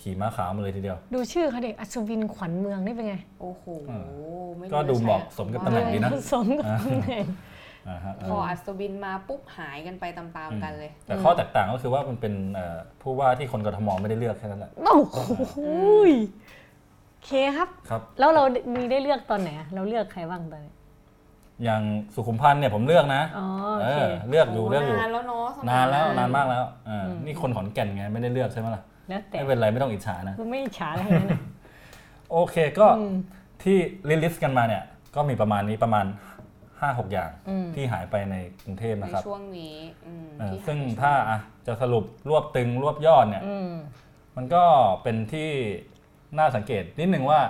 S1: ขี่ม้าขาวมาเลยทีเดียว
S3: ดูชื่อเขาดิอัศวินขวัญเมืองนี่เป็นไง
S2: โอ้โหไม่รู้
S1: ก็ดูเหมาะสมกับตำแหน่งดีนะ
S3: สมกับตำแหน่ง
S1: อ่าฮะ
S2: พออัศวินมาปุ๊บหายกันไปตามๆกันเลย
S1: แต่ข้อแตกต่างก็คือว่ามันเป็นเอ่อผู้ว่าที่คนกทมไม่ได้เลือกแค่นั้นแหละ
S3: โอ้โหโอเคครับ
S1: ครับ
S3: แล้วเรามีได้เลือกตอนไหนอะเราเลือกใครบ้างตอนนี้
S1: อย่างสุขุมพันธ์เนี่ยผมเลือกนะ
S3: อ๋อโอเค
S1: เออเลือกอยู่เลือกอยู่
S2: นานแล้วเนาะสมัย
S1: นานแล้วนานมากแล้วเอออนี่คนขอนแก่นไงไม่ได้เลือกใช่ไหมล่ะ
S3: แล้วแต่
S1: ไม่เป็นไรไม่ต้องอิจฉานะ
S3: กูไม่อิจฉาอะไรทั้งนั้นอะ
S1: โอเคก็ที่ลิลิสต์กันมาเนี่ย ก็มีประมาณนี้ประมาณ 5-6 อย่างที่หายไปในกรุงเทพ
S2: ใน
S1: นะครับ
S2: ช่วงนี้อืม
S1: เออ
S2: ที่หา
S1: ซึ่ง
S2: ไปช่ว
S1: ถ้าอ่ะจะสรุปรวบตึงรวบยอดเนี่ย
S3: อืม
S1: มันก็เป็นที่น่าสังเกตนิดนึงว่า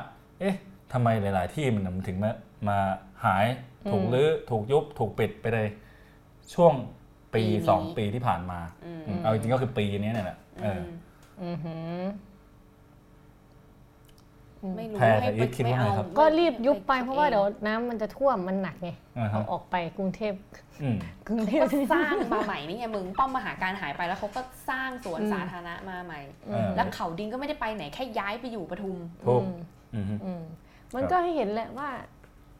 S1: เอ๊ะทำไมหลาย ๆ ที่มันถึงมามาหายถูกรื้อถูกยุบถูกปิดไปในช่วงปี
S2: ปีนี้
S1: สองปีที่ผ่านมา
S2: อืม
S1: อืมเอาจริงๆก็คือปีนี้เนี่ยแหละเออ
S3: อือหือ
S2: ไม่รู้
S1: แพรกับ
S2: ให้
S1: อีทคิดว่าไงครับ
S3: ก็รีบยุบไปเพราะว่าเดี๋ยวน้ำมันจะท่วมมันหนักไง
S1: นะครั
S3: เอา
S1: บ
S3: ออกไปกรุงเทพ
S1: อืม
S3: กรุงเทพ
S2: ก็สร้างมาใหม่นี่ไงมึงป้อมมหาการหายไปแล้วเขาก็สร้างสวนสาธารณะมาใหม่
S1: เออ
S2: แล้วเขาดินก็ไม่ได้ไปไหนแค่ย้ายไปอยู่ปทุม
S1: ถูก
S3: อืม
S1: อืม
S3: อืมมัน
S1: ครับ
S3: ก็ให้เห็นแหละว่า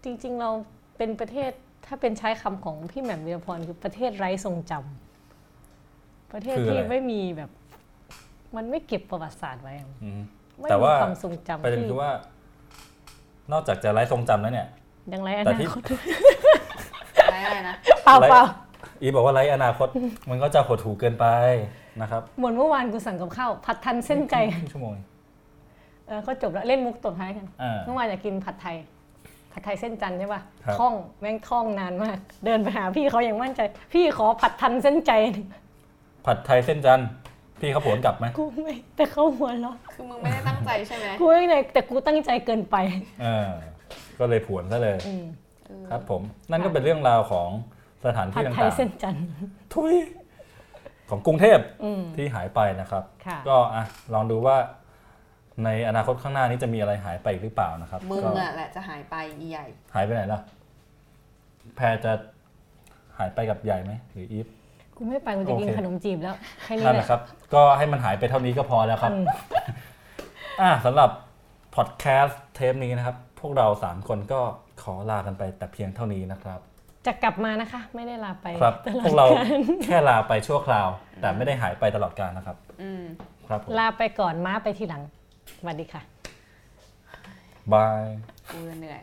S3: จริง ๆ เราเป็นประเทศถ้าเป็นใช้คำของพี่แหม่มวีรพรคือประเทศไร้ทรงจำประเทศ
S1: คืออะไร
S3: ที่ไม่มีแบบ มันไม่เก็บประวัติศาสตร์ไว้อะ
S1: อืม
S3: ไม่
S1: แต่
S3: มี
S1: ว่า
S3: ความทรงจำ
S1: ประเด็น
S3: ที่
S1: คือว่า นอกจากจะไร้ทรงจำแล้วเนี่ย
S3: ยังไรอ
S1: แต่
S3: นา
S1: ที่
S3: คต
S2: อะไรอะไรนะ
S3: เปล่า
S1: ไร้
S3: เปล่า
S1: อีบอกว่าไร้อนาคต มันก็จะหดหูเกินไปนะครับ
S3: เหมือนเมื่อวานกูสั่งกับข้าวผัดทันเส้นไก่
S1: ครึ่งชั่วโมงเอง
S3: เออก็จบแล้วเล่นมุกตบท้ายกัน
S1: อ่า
S3: เมื่อวานอยากกินผัดไทย ผัดไทยเส้นจันทร์ใช่ป่ะ
S1: ครับ
S3: ท่องแม่งท่องนานมาก เดินไปหาพี่เขาอย่างมั่นใจ พี่ขอผัดทันเส้นใจหนึ่ง
S1: ผัดไทยเส้นจันทร์พี่เขาผวนกลับไหม
S3: กูไม่แต่เขาหัวเราะ
S2: คือมึงไม่ได้ตั้งใจใช่ไหม
S3: กูไม่เลยแต่กูตั้งใจเกินไป
S1: เออ ก็เลยผวนซะเลย
S3: อืม
S2: เออ
S1: ครับ ผม นั่นก็เป็นเรื่องราวของสถาน
S3: ผั
S1: ที่
S3: ดไทย
S1: ต่าง
S3: เส้นจันทร์
S1: ๆทุยของกรุงเทพ
S3: อืม
S1: ที่หายไปนะครับ
S3: ค่ะ
S1: ก็อ่ะลองดูว่า ในอนาคตข้างหน้านี้จะมีอะไรหายไปอีกหรือเปล่านะครับ
S2: มึง
S1: ก็
S2: อะแหละจะหายไปอีใหญ่
S1: หายไปไหนล่ะ แพรจะหายไปกับใหญ่ไหมหรืออีฟ
S3: กูไม่ไปกูจะกิน
S1: โอเค
S3: ขนมจีบแล้วแค่นี้
S1: นั่น
S3: แห
S1: แห
S3: ละ
S1: ละครับ ก็ให้มันหายไปเท่านี้ก็พอแล้วครับ อ่ะสำหรับพอดแคสต์เทปนี้นะครับ พวกเรา 3 คนก็ขอลากันไปแต่เพียงเท่านี้นะครับ
S3: จะกลับมานะคะ ไม่ได้ลาไป
S1: ครับ
S3: ตลอ
S1: พว
S3: ด
S1: กเรา
S3: กาล
S1: แค่ลาไปชั่วคราว แต่ไม่ได้หายไปตลอดกาลนะครับ
S2: อืม
S1: ครับผม
S3: ลาไปก่อนม้าไปทีหลังสวัสดีค่ะ
S1: บาย
S2: กูจะเหนื่อย